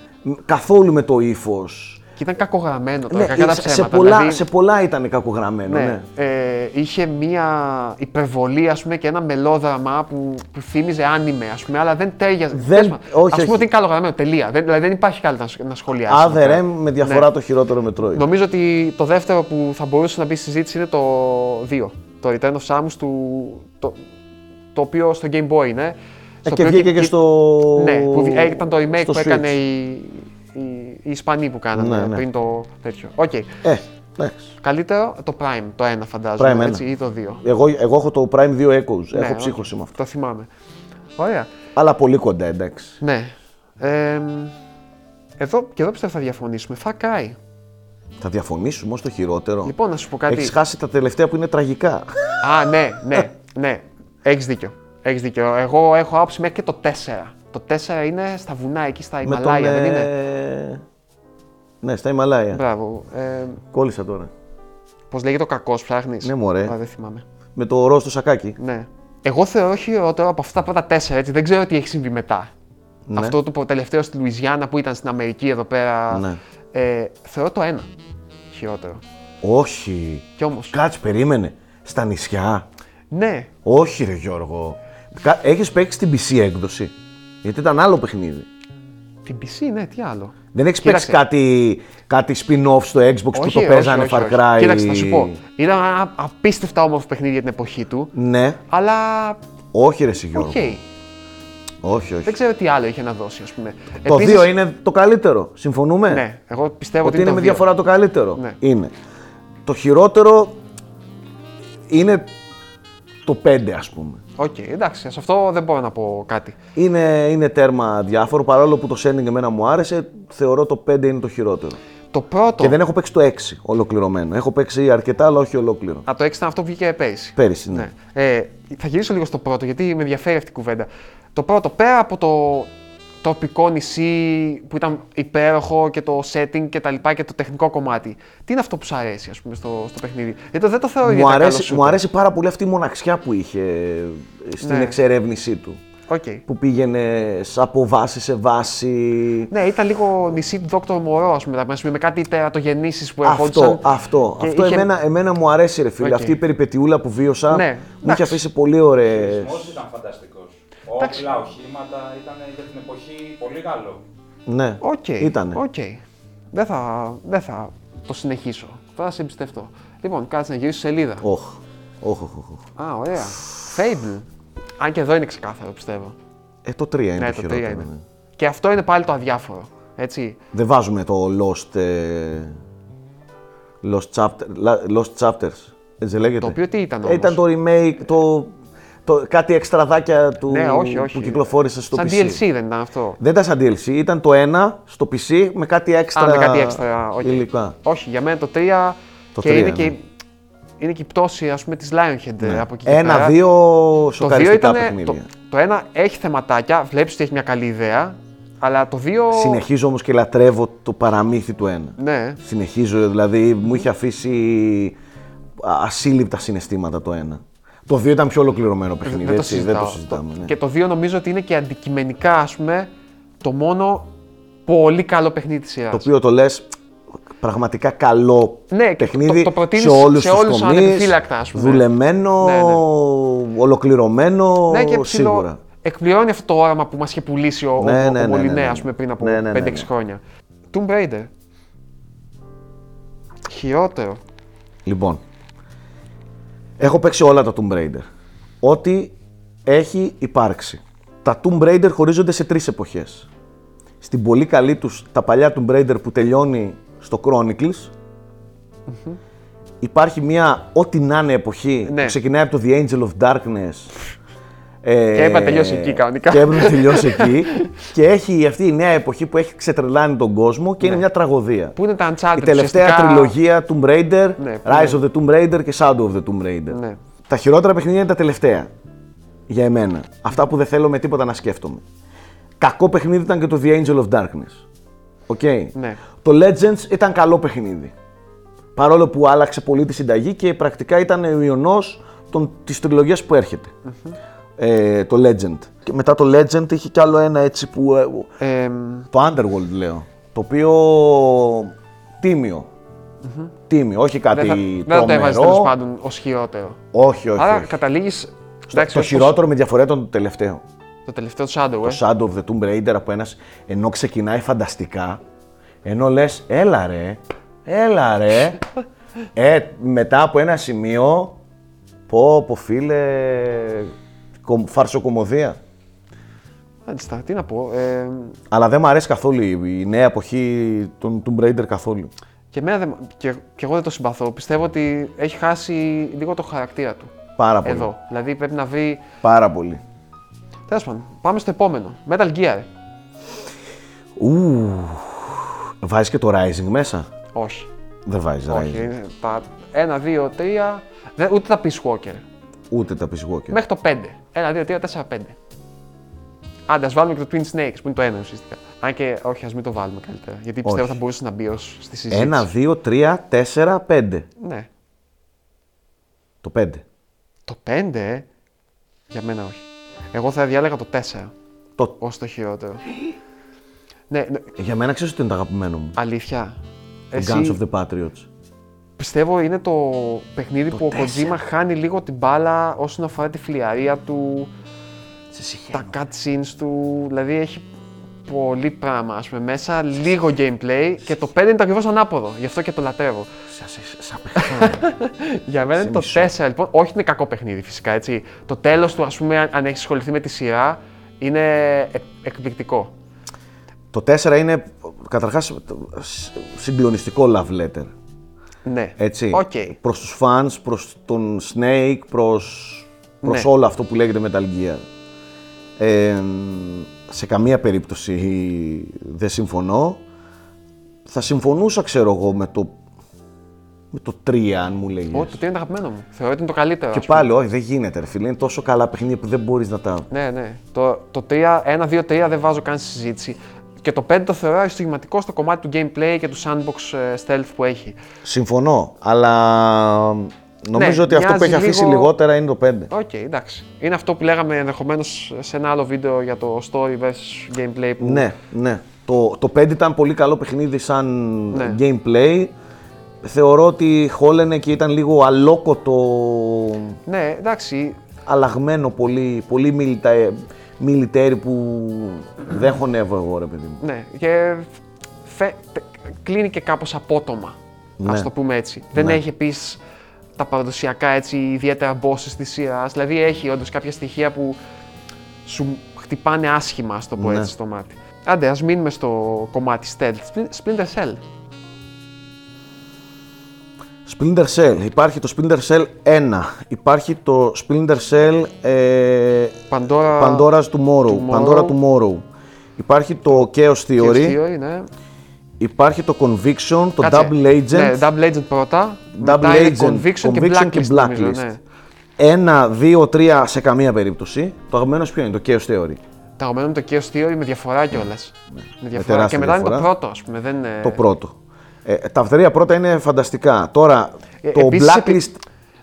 S2: καθόλου με το ύφος.
S1: Και ήταν κακογραμμένο τώρα,
S2: Ναι,
S1: κακά τα
S2: σε,
S1: ψέματα.
S2: σε πολλά,
S1: δηλαδή,
S2: σε πολλά ήταν κακογραμμένο.
S1: ναι,
S2: ναι.
S1: ε, είχε μία υπερβολή ας πούμε, και ένα μελόδραμα που, που θύμιζε άνιμε, ας πούμε, αλλά δεν τέριαζε.
S2: Δεν-
S1: Τέλος πάντων,
S2: όχι,
S1: ας πούμε
S2: όχι.
S1: ότι είναι καλογραμμένο, τελεία. Δεν, δηλαδή δεν υπάρχει κάτι να, σχ- να σχολιάσει.
S2: Other M με
S1: Ναι.
S2: διαφορά το χειρότερο Metroid.
S1: Νομίζω ότι το δεύτερο που θα μπορούσε να μπει στη συζήτηση είναι το 2. Το Return of Samus του. Το, το οποίο στο Game Boy είναι.
S2: Ε,
S1: στο
S2: και
S1: οποίο
S2: βγήκε και στο.
S1: Ναι, που δι- ε, ήταν το remake
S2: στο
S1: που
S2: Switch.
S1: έκανε η, η, οι Ισπανοί που κάνανε
S2: Ναι, ναι.
S1: πριν το τέτοιο. Οκ.
S2: Ε, εντάξει.
S1: Καλύτερο το Prime, το 1 φαντάζομαι.
S2: Prime ένα.
S1: έτσι, ή το 2.
S2: Εγώ, εγώ έχω το Prime 2 Echoes. έχω
S1: οκ.
S2: ψύχωση με αυτό.
S1: Το θυμάμαι. Ωραία.
S2: Αλλά πολύ κοντά, εντάξει.
S1: Ναι. Ε, εδώ και εδώ πιστεύω θα διαφωνήσουμε. Θα κάει.
S2: Θα διαφωνήσουμε ω το χειρότερο.
S1: Λοιπόν, να σου πω κάτι.
S2: Έχεις χάσει τα τελευταία που είναι τραγικά.
S1: Α, ναι, ναι, ναι. Έχεις δίκιο. Έχεις δίκιο. Εγώ έχω άποψη μέχρι και το 4. Το 4 είναι στα βουνά εκεί, στα Ιμαλάια, δεν είναι.
S2: ε, Ναι, στα Ιμαλάια.
S1: Μπράβο. Ε,
S2: Κόλλησα τώρα.
S1: Πώς λέγεται ο κακός, ψάχνεις.
S2: Ναι, μωρέ.
S1: δεν θυμάμαι.
S2: Με το ροζ το σακάκι.
S1: Ναι. Εγώ θεωρώ χειρότερο από αυτά τα πρώτα τέσσερα, έτσι. Δεν ξέρω τι έχει συμβεί μετά.
S2: Ναι.
S1: Αυτό το πο- τελευταίο στη Λουιζιάννα που ήταν στην Αμερική εδώ πέρα.
S2: Ναι.
S1: Ε, θεωρώ το ένα χειρότερο.
S2: Όχι.
S1: Κι όμως.
S2: Κάτσε, περίμενε. Στα νησιά.
S1: Ναι.
S2: Όχι, ρε Γιώργο. Έχεις παίξει την PC έκδοση. Γιατί ήταν άλλο παιχνίδι.
S1: Την PC, ναι, τι άλλο.
S2: Δεν έχεις παίξει
S1: Κοίταξε.
S2: κάτι, κάτι spin-off στο Xbox που το παίζανε Far Cry.
S1: Κοίταξε, θα σου πω. Ήταν ένα απίστευτα όμορφο παιχνίδι για την εποχή του.
S2: Ναι.
S1: Αλλά.
S2: Όχι, ρε Σιγιώργο.
S1: Οκ.
S2: Όχι, όχι.
S1: Δεν ξέρω τι άλλο είχε να δώσει, ας πούμε.
S2: Το
S1: Επίσης-
S2: 2 είναι το καλύτερο. Συμφωνούμε.
S1: Ναι, εγώ πιστεύω
S2: Ότι είναι με
S1: το δύο.
S2: διαφορά το καλύτερο.
S1: Ναι.
S2: Είναι. Το χειρότερο είναι το 5, ας πούμε.
S1: Οκ, εντάξει, σε αυτό δεν μπορώ να πω κάτι.
S2: Είναι, είναι τέρμα διάφορο, παρόλο που το sending εμένα μου άρεσε, θεωρώ το 5 είναι το χειρότερο.
S1: Το πρώτο.
S2: Και δεν έχω παίξει το 6 ολοκληρωμένο. Έχω παίξει αρκετά, αλλά όχι ολόκληρο.
S1: Α, το 6 ήταν αυτό που βγήκε πέρυσι.
S2: Πέρυσι, ναι.
S1: Ε, θα γυρίσω λίγο στο πρώτο, γιατί με ενδιαφέρει αυτή η κουβέντα. Το πρώτο, πέρα από το τοπικό νησί που ήταν υπέροχο και το setting και τα λοιπά και το τεχνικό κομμάτι. Τι είναι αυτό που σου αρέσει, ας πούμε, στο, στο παιχνίδι. Γιατί το- δεν το θεωρώ
S2: Μου
S1: ιδιαίτερα
S2: αρέσει,
S1: καλό
S2: μου
S1: shooter.
S2: αρέσει πάρα πολύ αυτή η μοναξιά που είχε ε, στην
S1: Ναι.
S2: εξερεύνησή του.
S1: Οκ.
S2: Που πήγαινε σ- από βάση σε βάση.
S1: Ναι, ήταν λίγο νησί του Δόκτωρ Μωρό, ας πούμε, ας πούμε, με κάτι τερατογεννήσεις που ερχόντουσαν.
S2: Αυτό, αυτό.
S1: Και
S2: αυτό
S1: είχε-
S2: εμένα, εμένα μου αρέσει, ρε φίλε.
S1: Οκ.
S2: Αυτή η περιπετιούλα που
S1: Ναι,
S2: βίωσα μου είχε
S1: εντάξει.
S2: αφήσει πολύ ωραίες.
S3: Σεισμός ήταν φανταστικός.
S1: Εντάξει.
S3: Όπλα, οχήματα, ήταν για την εποχή πολύ καλό.
S2: Ναι,
S1: Οκ.
S2: ήταν.
S1: Οκ. Δεν, θα, δεν θα το συνεχίσω. Θα σε εμπιστευτώ. Λοιπόν, κάτσε να γυρίσω σελίδα.
S2: Οχ. Οχ, οχ, οχ, οχ.
S1: Α, ωραία. Fable. Αν και εδώ είναι ξεκάθαρο, πιστεύω.
S2: Ε, το 3 είναι
S1: ναι,
S2: το
S1: το τρία
S2: χειρότερο.
S1: είναι.
S2: ναι.
S1: Και αυτό είναι πάλι το αδιάφορο. Έτσι.
S2: Δεν βάζουμε το Lost. ε, Lost, chapter, La- Lost Chapters. Έτσι δεν λέγεται.
S1: Το οποίο τι ήταν
S2: Ε,
S1: όμως?
S2: Ήταν το remake, το, το, κάτι εξτραδάκια του,
S1: ναι, όχι, όχι.
S2: που κυκλοφόρησε στο
S1: Σαν
S2: PC.
S1: DLC δεν ήταν αυτό.
S2: Δεν ήταν σαν DLC, ήταν το ένα στο PC με κάτι έξτρα,
S1: Α, με κάτι έξτρα. οκ.
S2: υλικά.
S1: Όχι, για μένα το 3
S2: Το
S1: και
S2: τρία,
S1: είναι
S2: ναι.
S1: και. Είναι και η πτώση ας πούμε, της Lionhead ε, από εκεί και πέρα.
S2: Ένα-δύο
S1: Το δύο
S2: σοκαριστικά
S1: ήταν.
S2: παιχνίδια.
S1: Το, το ένα έχει θεματάκια, βλέπεις ότι έχει μια καλή ιδέα, αλλά το δύο.
S2: Συνεχίζω όμως και λατρεύω το παραμύθι του ένα.
S1: Ναι.
S2: Συνεχίζω, δηλαδή μου είχε αφήσει ασύλληπτα συναισθήματα το ένα. Το δύο ήταν πιο ολοκληρωμένο παιχνίδι,
S1: Ε, δεν, το
S2: έτσι, δεν
S1: συζητάω
S2: το
S1: αυτό.
S2: συζητάμε. ναι.
S1: Και το δύο νομίζω ότι είναι και αντικειμενικά, ας πούμε, το μόνο πολύ καλό παιχνίδι της σειράς.
S2: Το οποίο το λες πραγματικά καλό
S1: Ναι, και
S2: παιχνίδι
S1: το- το προτείνεις
S2: σε όλους
S1: σε
S2: τους
S1: όλους
S2: τομείς,
S1: ανεπιφύλακτα, ας πούμε.
S2: δουλεμένο,
S1: Ναι, ναι.
S2: ολοκληρωμένο,
S1: ναι, και ψηλό-
S2: σίγουρα.
S1: Εκπληρώνει αυτό το όραμα που μας είχε πουλήσει ο,
S2: Ναι,
S1: ο,
S2: ναι,
S1: ο
S2: ναι, ναι,
S1: Μολυνέ,
S2: ναι.
S1: ας πούμε, πριν από
S2: Ναι, ναι, ναι,
S1: 5-6
S2: ναι.
S1: χρόνια. Tomb Raider. Χειρότερο.
S2: Λοιπόν, έχω παίξει όλα τα Tomb Raider. Ό,τι έχει υπάρξει. Τα Tomb Raider χωρίζονται σε τρεις εποχές. Στην πολύ καλή τους, τα παλιά Tomb Raider που τελειώνει στο Chronicles, υπάρχει μια ό,τι να είναι εποχή
S1: Ναι.
S2: που ξεκινάει από το The Angel of Darkness. Ε,
S1: Και έπρεπε να τελειώσει εκεί κανονικά.
S2: Και έπρεπε να τελειώσει εκεί. και έχει αυτή η νέα εποχή που έχει ξετρελάνει τον κόσμο και είναι μια τραγωδία.
S1: Ναι. Πού είναι τα Uncharted
S2: Η τελευταία
S1: ουσιαστικά-
S2: τριλογία Tomb Raider,
S1: Ναι, που
S2: Rise
S1: είναι.
S2: of the Tomb Raider και Shadow of the Tomb Raider.
S1: Ναι.
S2: Τα χειρότερα παιχνίδια είναι τα τελευταία. Για εμένα. Αυτά που δεν θέλω με τίποτα να σκέφτομαι. Κακό παιχνίδι ήταν και το The Angel of Darkness. Οκ.
S1: Ναι.
S2: Το Legends ήταν καλό παιχνίδι. Παρόλο που άλλαξε πολύ τη συνταγή και πρακτικά ήταν ο ιονός των, της τριλογίας που ερχεται Ε, το Legend. Και μετά το Legend είχε κι άλλο ένα έτσι που... ε,
S1: Εμ,
S2: το Underworld λέω. Το οποίο τίμιο. Τίμιο, όχι κάτι
S1: δεν θα,
S2: τρομερό.
S1: δεν θα το έβαζες τέλος πάντων ως χειρότερο.
S2: Όχι, όχι.
S1: Άρα
S2: όχι.
S1: καταλήγεις...
S2: το χειρότερο με διαφορά ήταν το τελευταίο.
S1: Το τελευταίο του Shadow, ε.
S2: Το Shadow of the Tomb Raider από ένας, ενώ ξεκινάει φανταστικά, ενώ λες έλα ρε, έλα ρε, ε, μετά από ένα σημείο, πω πω φίλε, κομ- φαρσοκομωδία.
S1: Μάλιστα, τι να πω. εμ,
S2: Αλλά δεν μου αρέσει καθόλου η η νέα εποχή των Tomb Raider καθόλου.
S1: Και, εμένα δεν, και, και εγώ δεν το συμπαθώ. Πιστεύω ότι έχει χάσει λίγο το χαρακτήρα του.
S2: Πάρα πολύ.
S1: Εδώ. Δηλαδή πρέπει να βρει.
S2: Πάρα πολύ.
S1: Τέλος πάντων, πάμε στο επόμενο. Metal Gear.
S2: Ου, βάζεις και το Rising μέσα.
S1: Όχι.
S2: Δεν βάζεις
S1: Όχι.
S2: Rising.
S1: Είναι τα 1, 2, 3. Δεν, ούτε τα Peace Walker.
S2: Ούτε τα Peace Walker.
S1: Μέχρι το 5. 1, 2, 3, 4, 5. Άντε, ας βάλουμε και το Twin Snakes που είναι το ένα ουσιαστικά. Αν και όχι, ας μην το βάλουμε καλύτερα. Γιατί πιστεύω
S2: Όχι.
S1: θα μπορούσε να μπει ως στη συζήτηση.
S2: Ένα, δύο, τρία, τέσσερα, πέντε.
S1: Ναι.
S2: Το πέντε.
S1: Το 5 για μένα όχι. Εγώ θα διάλεγα το 4
S2: Το...
S1: ως το χειρότερο. ναι, ναι,
S2: Για μένα ξέρεις ότι είναι το αγαπημένο μου.
S1: Αλήθεια.
S2: Το Guns of the Patriots.
S1: Πιστεύω είναι το παιχνίδι που ο Kojima χάνει λίγο την μπάλα όσον αφορά τη φιλιαρία του, τα cutscenes του, δηλαδή έχει πολύ πράγμα ας πούμε, μέσα, λίγο gameplay και το 5 είναι το ακριβώς ανάποδο. Γι' αυτό και το λατρεύω.
S2: Σα- Σα πεθάνω.
S1: Για μένα είναι το 4 λοιπόν. Όχι είναι κακό παιχνίδι φυσικά έτσι. Το τέλος του, ας πούμε, αν- αν έχεις ασχοληθεί με τη σειρά, είναι ε- εκπληκτικό.
S2: Το 4 είναι καταρχάς σ- συγκλονιστικό love letter.
S1: Ναι.
S2: Έτσι.
S1: Οκ.
S2: Προς τους fans, προς τον Snake, προς, προς
S1: Ναι.
S2: όλο αυτό που λέγεται Metal Gear. Ε, σε καμία περίπτωση δεν συμφωνώ. Θα συμφωνούσα, ξέρω εγώ, με το, με το 3, αν μου λέγεις.
S1: Ό, το 3 είναι το αγαπημένο μου. Θεωρώ ότι είναι το καλύτερο.
S2: Και
S1: ας πούμε.
S2: πάλι, όχι, δεν γίνεται, ρε φίλε. Είναι τόσο καλά παιχνίδια που δεν μπορείς να τα...
S1: Ναι, ναι. Το, το 3, 1, 2, 3 δεν βάζω καν στη συζήτηση. Και το 5 το θεωρώ αριστογηματικό στο κομμάτι του gameplay και του sandbox ε, stealth που έχει.
S2: Συμφωνώ, αλλά νομίζω ότι αυτό που
S1: Ναι, μοιάζει
S2: έχει αφήσει
S1: λίγο-
S2: λιγότερα είναι το 5.
S1: Οκ, εντάξει. Είναι αυτό που λέγαμε ενδεχομένως σε ένα άλλο βίντεο για το story versus gameplay που.
S2: Ναι, ναι. Το, το 5 ήταν πολύ καλό παιχνίδι σαν
S1: Ναι.
S2: gameplay. Θεωρώ ότι χόλαινε και ήταν λίγο αλόκοτο,
S1: Ναι, εντάξει.
S2: αλλαγμένο πολύ, πολύ milita- military που δεν χωνεύω εγώ ρε παιδί μου.
S1: Ναι. Και φε- τε- κλείνει και κάπως απότομα.
S2: Ναι.
S1: Ας το πούμε έτσι. Δεν έχει επίσης τα παραδοσιακά έτσι, ιδιαίτερα bosses της σειράς. Δηλαδή έχει όντως κάποια στοιχεία που σου χτυπάνε άσχημα, ας το πω
S2: Ναι.
S1: έτσι, στο μάτι. Άντε, ας μείνουμε στο κομμάτι stealth. Spl- Splinter Cell.
S2: Splinter Cell. Υπάρχει το Splinter Cell 1. Υπάρχει το Splinter Cell ε,
S1: Pandora...
S2: Pandora's Tomorrow.
S1: Tomorrow.
S2: Pandora Tomorrow. Υπάρχει το Chaos
S1: Chaos
S2: Theory.
S1: Theory, ναι.
S2: Υπάρχει το Conviction, το
S1: Κάτσε.
S2: Double Agent.
S1: Ναι, double agent πρώτα.
S2: Double
S1: μετά είναι
S2: Agent,
S1: conviction, και blacklist. νομίζω, ναι.
S2: Ένα, δύο, τρία σε καμία περίπτωση. Το αγαπημένο σου ποιο είναι, το Chaos Theory.
S1: Τα γομμένα με το Chaos Theory με διαφορά κιόλας. Με διαφορά. Και
S2: Ναι. τεράστια
S1: μετά είναι το
S2: διαφορά.
S1: πρώτο, ας πούμε. Δεν είναι...
S2: Το πρώτο. Ε, τα τρία πρώτα είναι φανταστικά. Τώρα,
S1: Ε,
S2: το
S1: επίσης,
S2: Blacklist.
S1: επει-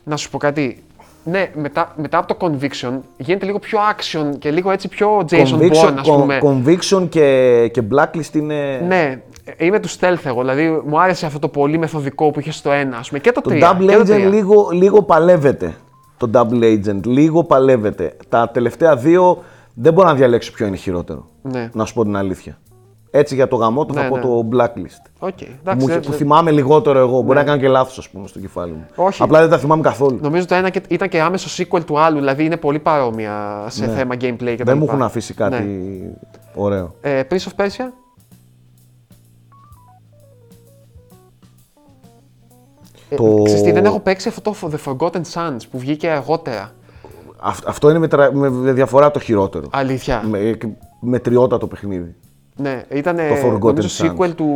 S1: Να σου πω κάτι. Ναι, μετά, μετά από το Conviction γίνεται λίγο πιο action και λίγο έτσι πιο Jason Bourne, ας
S2: con-
S1: πούμε.
S2: conviction και, και Blacklist είναι.
S1: Ναι, ε, είμαι του stealth εγώ, δηλαδή μου άρεσε αυτό το πολύ μεθοδικό που είχε στο ένα, ας πούμε, και το
S2: Το
S1: 3.
S2: Double Agent λίγο, λίγο παλεύεται. Το Double Agent λίγο παλεύεται. Τα τελευταία δύο δεν μπορώ να διαλέξω ποιο είναι χειρότερο.
S1: Ναι.
S2: Να σου πω την αλήθεια. Έτσι για το γαμό του
S1: Ναι,
S2: θα πω
S1: ναι.
S2: το Blacklist.
S1: Οκ,
S2: Μου-
S1: εντάξει, δεν- Ναι.
S2: που θυμάμαι λιγότερο εγώ. Μπορεί να κάνω και λάθος, ας πούμε, στο κεφάλι μου.
S1: Όχι. Ναι,
S2: Απλά δεν τα θυμάμαι καθόλου.
S1: Νομίζω το ένα και- ήταν και άμεσο sequel του άλλου, δηλαδή είναι πολύ παρόμοια σε θέμα gameplay και
S2: Ναι.
S1: Ναι.
S2: δεν μου έχουν αφήσει κάτι ωραίο.
S1: Ε, Prince of Persia,
S2: Το-
S1: το... Ε, ξέρεις τι, δεν έχω παίξει αυτό το The Forgotten Sons που βγήκε αργότερα,
S2: Αυ- αυτό είναι με, τρα- με διαφορά το χειρότερο.
S1: αλήθεια.
S2: Με, με τριώτα το παιχνίδι.
S1: Ναι, ήταν
S2: Forgotten
S1: νομίζω
S2: Sons.
S1: sequel του,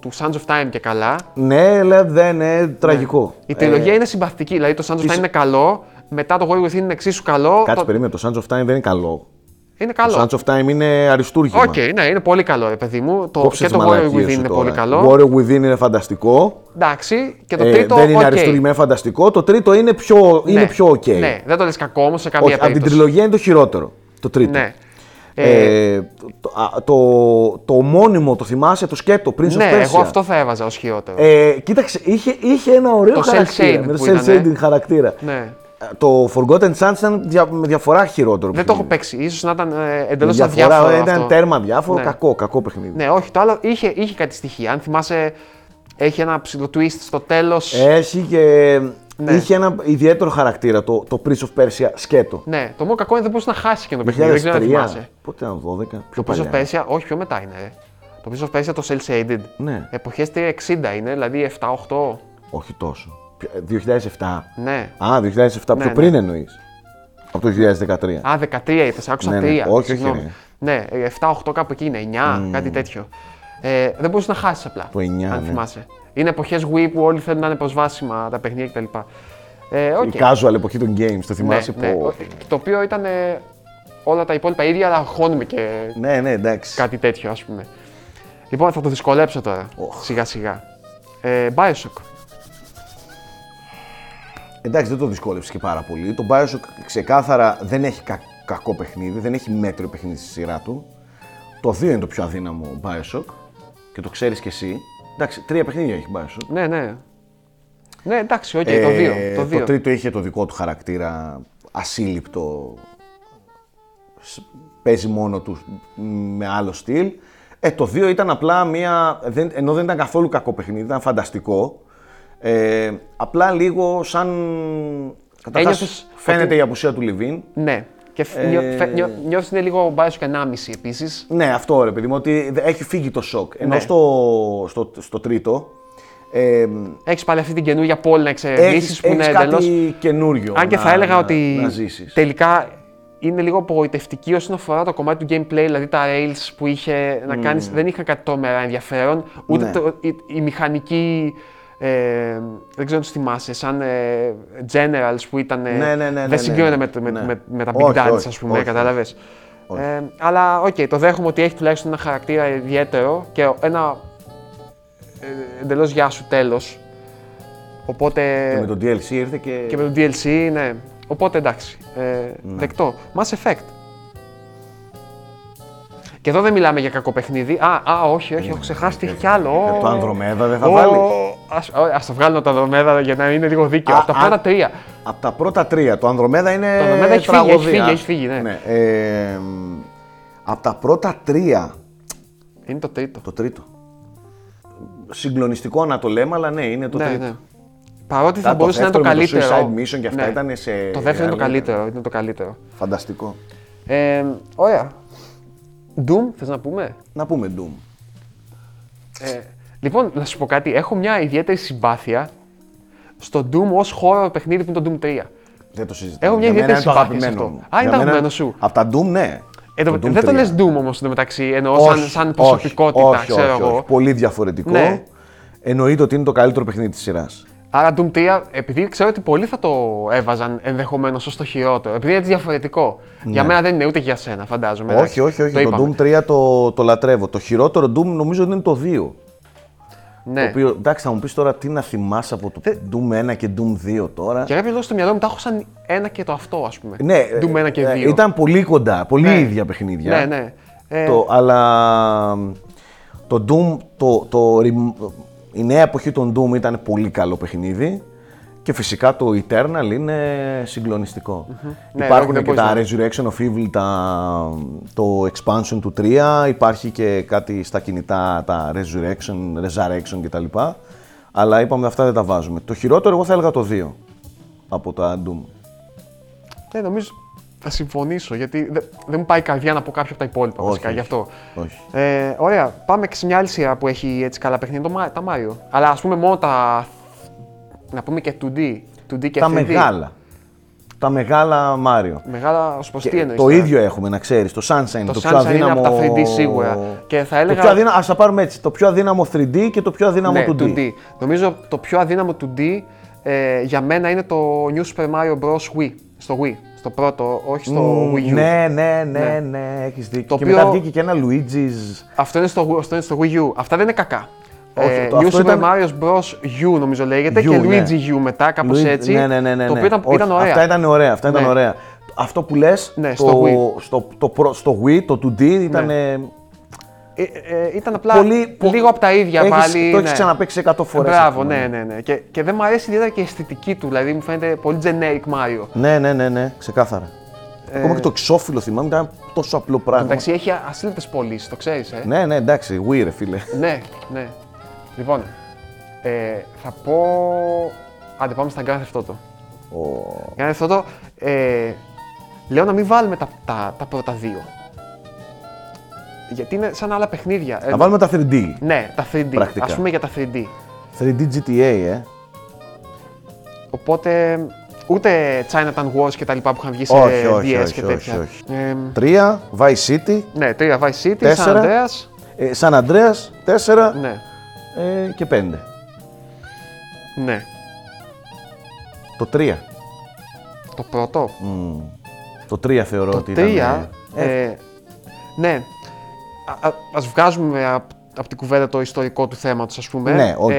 S1: του Sons of Time και καλά.
S2: Ναι, αλλά δεν είναι τραγικό.
S1: Ναι. Η τριλογία είναι συμπαθητική, δηλαδή το Sons of Time είναι καλό, μετά το Warrior Within είναι εξίσου καλό.
S2: Ε, Κάτσε
S1: το...
S2: περίμενε, το Sands of Time δεν είναι καλό.
S1: Είναι καλό.
S2: Το Sands of Time είναι αριστούργημα.
S1: Οκ, ναι, είναι πολύ καλό, ρε παιδί μου. Το,
S2: Κόψε
S1: και
S2: τις
S1: το Warrior
S2: μαλακίες
S1: Within
S2: σου
S1: είναι
S2: τώρα.
S1: πολύ καλό.
S2: Warrior Within είναι φανταστικό.
S1: Εντάξει, και το
S2: Ε,
S1: τρίτο.
S2: δεν είναι
S1: οκ.
S2: αριστούργημα, είναι φανταστικό. Το τρίτο είναι πιο,
S1: Ναι.
S2: είναι πιο ok.
S1: Ναι, δεν το λες κακό όμως σε καμία
S2: Όχι, από την
S1: περίπτωση.
S2: τριλογία είναι το χειρότερο. Το τρίτο.
S1: Ναι. Ε,
S2: Ε, το, α, το, το ομώνυμο, το θυμάσαι, το σκέτο, Prince
S1: ναι,
S2: of Persia.
S1: εγώ αυτό θα έβαζα ως χειρότερο.
S2: Ε, κοίταξε, είχε, είχε ένα ωραίο
S1: Το cel
S2: χαρακτήρα.
S1: shaded
S2: Με το
S1: που
S2: cel
S1: ήταν, ε.
S2: shading χαρακτήρα.
S1: ναι.
S2: Ε, Το Forgotten Sands ήταν δια- με διαφορά χειρότερο.
S1: Δεν το έχω παίξει. ίσως να ήταν εντελώ
S2: ε, Διαφορά,
S1: αδιάφορο.
S2: Ήταν
S1: αυτό.
S2: τέρμα διάφορο,
S1: Ναι.
S2: κακό, κακό παιχνίδι.
S1: Ναι, όχι, το άλλο είχε, είχε κάτι στοιχεία. Αν θυμάσαι, έχει ένα ψηλό twist στο τέλος.
S2: Έχει και.
S1: Ναι.
S2: Είχε ένα ιδιαίτερο χαρακτήρα το, το Prince of Persia σκέτο.
S1: Ναι, το μόνο κακό είναι δεν μπορούσε να χάσει και το παιχνίδι. Δεν ξέρω αν
S2: 2003.
S1: θυμάσαι.
S2: Πότε ήταν 12. Πιο
S1: Το Prince of
S2: παλιά.
S1: Persia, όχι, πιο μετά είναι. Ρε. Το Prince of Persia το cel shaded.
S2: Ναι.
S1: Εποχές 360 είναι, δηλαδή 7-8.
S2: Όχι τόσο. Πιο- ε, 2007.
S1: Ναι.
S2: Α, 2007 πιο
S1: Ναι,
S2: πριν εννοείς. Από το 2013.
S1: Α, 13 είπες, άκουσα
S2: Ναι,
S1: 3.
S2: ναι. Όχι, όχι,
S1: συγγνώμη.
S2: ρε.
S1: Ναι, 7-8 κάπου εκεί είναι, 9, κάτι τέτοιο. Ε, δεν μπορούσε να χάσεις απλά.
S2: Το 9,
S1: αν
S2: ναι.
S1: θυμάσαι. Είναι εποχές Wii που όλοι θέλουν να είναι προσβάσιμα τα παιχνίδια κτλ. Ε,
S2: Η
S1: okay.
S2: casual εποχή των games, το
S1: ναι,
S2: θυμάσαι
S1: ναι.
S2: πω.
S1: Το οποίο ήταν ε, όλα τα υπόλοιπα ίδια, αλλά χώνουμε και
S2: Ναι, ναι, εντάξει.
S1: κάτι τέτοιο, ας πούμε. Λοιπόν, θα το δυσκολέψω τώρα, σιγά σιγά. Ε, Bioshock.
S2: Εντάξει, δεν το δυσκόλεψε και πάρα πολύ. Το Bioshock ξεκάθαρα δεν έχει κα- κακό παιχνίδι, δεν έχει μέτριο παιχνίδι στη σειρά του. Το 2 είναι το πιο αδύναμο Bioshock και το ξέρεις κι εσύ. Εντάξει, τρία παιχνίδια έχει Bioshock.
S1: Ναι, ναι. Ναι, εντάξει, οκ, το
S2: Ε,
S1: 2. Το, δύο.
S2: τρίτο είχε το δικό του χαρακτήρα ασύλληπτο σ- παίζει μόνο τους μ, με άλλο στυλ. Ε, το 2 ήταν απλά μία. Δεν, ενώ δεν ήταν καθόλου κακό παιχνίδι, ήταν φανταστικό. Ε, απλά λίγο σαν. Καταρχάς,
S1: Ένιωθες
S2: φαίνεται
S1: ότι-
S2: η απουσία του Λιβίν.
S1: Ναι. Και ε... νιώθει είναι λίγο μπάιο και 1,5 επίσης.
S2: Ναι, αυτό ρε παιδί μου, ότι δε- έχει φύγει το σοκ. Ενώ
S1: Ναι.
S2: στο, στο, στο τρίτο. Ε,
S1: Έχεις πάλι αυτή την καινούργια πόλη να εξερευνήσεις
S2: έχεις,
S1: που είναι
S2: έχεις
S1: εντελώ.
S2: κάτι καινούριο
S1: Αν και
S2: να-
S1: θα έλεγα
S2: να-
S1: ότι
S2: να ζήσεις.
S1: τελικά είναι λίγο απογοητευτική όσον αφορά το κομμάτι του gameplay, δηλαδή τα rails που είχε να κάνεις, δεν είχαν κάτι τρόμερα ενδιαφέρον, ούτε
S2: Mm. Ναι.
S1: το- η, η μηχανική, ε, δεν ξέρω αν τους θυμάσαι, σαν ε, generals που ήταν, ε,
S2: Ναι, ναι, ναι, ναι, ναι.
S1: δεν συγκρίνονται με, το- με,
S2: Ναι.
S1: με, με τα
S2: Όχι,
S1: big dance
S2: όχι,
S1: ας πούμε,
S2: όχι.
S1: κατάλαβες. Ε, αλλά οκ, το δέχομαι ότι έχει τουλάχιστον ένα χαρακτήρα ιδιαίτερο και ένα ε, εντελώς γεια σου τέλος. Οπότε...
S2: Και με το DLC ήρθε και.
S1: Ε, Και με το DLC, ναι. Οπότε εντάξει. Ε,
S2: Ναι.
S1: Δεκτό. Mass Effect. Και εδώ δεν μιλάμε για κακό παιχνίδι. Α, α όχι,
S2: Ναι,
S1: όχι, έχω ξεχάσει τι έχει κι άλλο.
S2: Ε, το
S1: Ω.
S2: Ανδρομέδα δεν θα
S1: Ω,
S2: βάλει.
S1: Ας, ω, ας το βγάλω το Ανδρομέδα για να είναι λίγο δίκαιο.
S2: Α,
S1: Από τα
S2: α.
S1: πρώτα τρία.
S2: Από τα πρώτα τρία. Το Ανδρομέδα είναι.
S1: Το Ανδρομέδα έχει φύγει,
S2: τραγωδία.
S1: έχει φύγει, έχει φύγει, ναι.
S2: ε, μ, από τα πρώτα τρία.
S1: Είναι το τρίτο.
S2: Το τρίτο. Συγκλονιστικό να το λέμε, αλλά ναι, είναι το
S1: ναι,
S2: τρίτο.
S1: ναι. Παρότι θα
S2: Μετά το
S1: μπορούσε να είναι το
S2: δεύτερο με το
S1: καλύτερο. Ναι.
S2: Suicide Mission και αυτά ήταν σε
S1: Το δεύτερο είναι το
S2: reality.
S1: καλύτερο. Ήταν το καλύτερο.
S2: Φανταστικό.
S1: Ε, ωραία. Doom, θες να πούμε.
S2: Να πούμε Doom.
S1: Ε, λοιπόν, να σου πω κάτι. Έχω μια ιδιαίτερη συμπάθεια στο Doom ως χώρο παιχνίδι που είναι το Doom 3.
S2: Δεν το συζητάμε.
S1: Έχω μια
S2: Για μένα
S1: ιδιαίτερη
S2: είναι το
S1: συμπάθεια σε
S2: αγαπημένο
S1: αυτό.
S2: μου.
S1: Α, είναι
S2: Για
S1: το
S2: μένα-
S1: αγαπημένο σου.
S2: Από τα Doom, ναι.
S1: Ε, το-
S2: Το Doom
S1: δεν το
S2: 3.
S1: λες Doom όμως μεταξύ, εννοώ
S2: Όχι,
S1: σαν, σαν
S2: όχι,
S1: προσωπικότητα,
S2: όχι,
S1: ξέρω
S2: όχι,
S1: εγώ.
S2: όχι. Πολύ διαφορετικό.
S1: Ναι.
S2: Εννοείται ότι είναι το καλύτερο παιχνίδι της σειράς.
S1: Άρα Doom 3, επειδή ξέρω ότι πολλοί θα το έβαζαν ενδεχομένως ως το χειρότερο, επειδή είναι έτσι διαφορετικό. Για μένα δεν είναι ούτε και για σένα, φαντάζομαι.
S2: Ναι. Όχι,
S1: εντάξει,
S2: όχι, όχι. Το,
S1: είπαμε.
S2: Doom 3 το, το λατρεύω. Το χειρότερο Doom νομίζω ότι είναι το 2.
S1: Ναι. Ε.
S2: Το οποίο, εντάξει, θα μου πεις τώρα τι να θυμάσαι από το Doom 1 και Doom 2 τώρα.
S1: Για κάποιο λόγο στο μυαλό μου τα έχω σαν ένα και το αυτό, ας πούμε.
S2: Ναι, ε,
S1: Doom 1 και 2.
S2: ε, Ήταν πολύ κοντά, πολύ
S1: Ναι.
S2: ίδια παιχνίδια.
S1: Ναι, ναι. Ε,
S2: Το, αλλά μ, το Doom, το, το, rem- η νέα εποχή των Doom ήταν πολύ καλό παιχνίδι και φυσικά το Eternal είναι συγκλονιστικό.
S1: Ναι,
S2: Υπάρχουν
S1: δεν
S2: και
S1: μπορείς
S2: τα
S1: να-
S2: Resurrection of Evil, τα, το expansion του 3, υπάρχει και κάτι στα κινητά, τα Resurrection, Resurrection κτλ. Αλλά είπαμε αυτά δεν τα βάζουμε. Το χειρότερο εγώ θα έλεγα το 2 από τα Doom.
S1: Ναι, νομίζω θα συμφωνήσω, γιατί δε- δεν μου πάει η καρδιά να πω κάποιο από τα υπόλοιπα
S2: Όχι,
S1: βασικά
S2: όχι.
S1: γι' αυτό.
S2: Όχι.
S1: Ε, ωραία, πάμε και σε μια άλλη σειρά που έχει έτσι καλά παιχνίδια, το, Μα- τα Mario. Αλλά ας πούμε μόνο τα... να πούμε και 2D, 2D και
S2: τα
S1: 3D.
S2: μεγάλα. Τα μεγάλα Μάριο.
S1: Μεγάλα ως προς
S2: Και
S1: τι εννοείς
S2: το
S1: τώρα.
S2: ίδιο έχουμε, να ξέρεις. Το Sunshine,
S1: Το
S2: το, πιο
S1: Sunshine είναι
S2: αδύναμο.
S1: από τα 3D σίγουρα. Και θα έλεγα-
S2: Το πιο αδύναμο, ας τα πάρουμε έτσι. Το πιο αδύναμο 3D και το πιο αδύναμο
S1: ναι,
S2: του
S1: 2D.
S2: 2D.
S1: Νομίζω το πιο αδύναμο 2D ε, για μένα είναι το New Super Mario Bros. Wii, στο Wii, στο πρώτο, όχι στο
S2: Μμμ,
S1: Wii U.
S2: Ναι, ναι, ναι,
S1: Ναι.
S2: ναι, έχεις δίκιο.
S1: Το
S2: και
S1: οποίο-
S2: μετά βγήκε και ένα Luigi's.
S1: Αυτό είναι, στο, Wii- αυτό είναι στο Wii U. Αυτά δεν είναι κακά.
S2: Όχι,
S1: ε,
S2: το-
S1: New
S2: αυτό
S1: Super
S2: ήταν-
S1: Mario Bros. U νομίζω λέγεται
S2: U,
S1: και
S2: ναι.
S1: Luigi U μετά, κάπως
S2: Luigi-
S1: έτσι.
S2: Ναι, ναι, ναι, ναι,
S1: το οποίο
S2: ναι.
S1: ήταν,
S2: Όχι,
S1: ήταν ωραία.
S2: Αυτά ήταν ωραία. Αυτά ήταν
S1: Ναι.
S2: ωραία. Αυτό που λες,
S1: Ναι,
S2: το,
S1: στο Wii.
S2: στο, το, προ- στο Wii, το 2D ήταν. ε,
S1: Ε, ε, ήταν απλά
S2: Πολύ,
S1: λίγο από τα ίδια
S2: έχεις,
S1: πάλι.
S2: Το έχεις
S1: ναι.
S2: ξαναπέξει 100 φορές.
S1: Μπράβο, ναι, ναι, ναι. Και, και δεν μου αρέσει ιδιαίτερα και η αισθητική του, δηλαδή μου φαίνεται πολύ generic Mario.
S2: Ναι, ναι, ναι, ναι, ξεκάθαρα. Ακόμα και το εξώφυλλο θυμάμαι ήταν τόσο απλό πράγμα.
S1: Ε, Εντάξει, έχει ασύλληπτες πωλήσεις, το ξέρεις, ε.
S2: Ναι, ναι, εντάξει, Wii ρε φίλε.
S1: ναι. ναι. Λοιπόν, ε, θα πω... Άντε, πάμε στα Grand Theft Auto.
S2: Ω.
S1: Για αυτό το. Ε, λέω να μην βάλουμε τα, τα, τα πρώτα δύο. Γιατί είναι σαν άλλα παιχνίδια. Ε,
S2: Να βάλουμε τα 3D.
S1: Ναι, τα 3D.
S2: Πρακτικά.
S1: Ας πούμε για τα 3D.
S2: 3D GTA, ε.
S1: Οπότε ούτε Chinatown Wars και τα λοιπά που είχαν βγει σε
S2: Όχι, όχι,
S1: DS
S2: όχι,
S1: και
S2: όχι,
S1: τέτοια.
S2: όχι.
S1: Ε,
S2: 3, Vice City,
S1: ναι, τρία Vice City, San
S2: Τέσσερα.
S1: Andreas.
S2: ε, San Andreas, 4
S1: Ναι,
S2: ε, και 5.
S1: ναι.
S2: Το 3.
S1: Το πρώτο.
S2: Το 3 θεωρώ
S1: Το
S2: ότι
S1: τρία.
S2: ήταν.
S1: Ε, ναι. Α, α, ας βγάζουμε από απ την κουβέντα το ιστορικό του θέματος, ας πούμε. Ε,
S2: Ναι, οκ.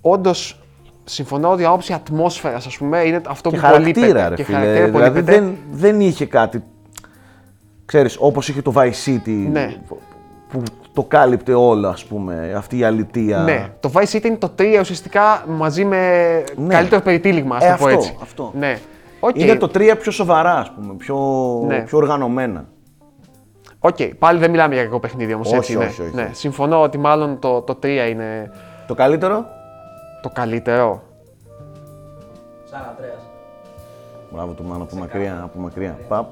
S1: όντως, συμφωνώ ότι η άποψη ατμόσφαιρας, ας πούμε, είναι αυτό
S2: και
S1: που πολύ
S2: χαρακτήρα,
S1: πετέ-
S2: ρε
S1: και
S2: φίλε.
S1: χαρακτήρα πολύ
S2: Δηλαδή
S1: πετέ.
S2: δεν, δεν είχε κάτι. Ξέρεις, όπως είχε το Vice City
S1: Ναι.
S2: που- που το κάλυπτε όλο, ας πούμε, αυτή η αλητεία.
S1: Ναι, το Vice City είναι το 3 ουσιαστικά μαζί με
S2: Ναι.
S1: καλύτερο περιτύλιγμα, ας
S2: Ε,
S1: το πω
S2: αυτό,
S1: έτσι.
S2: αυτό.
S1: Ναι. Οκ.
S2: Είναι το 3 πιο σοβαρά, ας πούμε, πιο,
S1: Ναι.
S2: πιο οργανωμένα.
S1: Οκ, πάλι δεν μιλάμε για κακό παιχνίδι όμως.
S2: Όχι,
S1: έτσι, ναι.
S2: όχι, όχι.
S1: Ναι. Συμφωνώ ότι μάλλον το, το 3 είναι
S2: Το καλύτερο.
S1: το καλύτερο.
S4: Σαν Αντρέας.
S2: Μπράβο του μάνα, από μακριά, από μακριά. Παπ.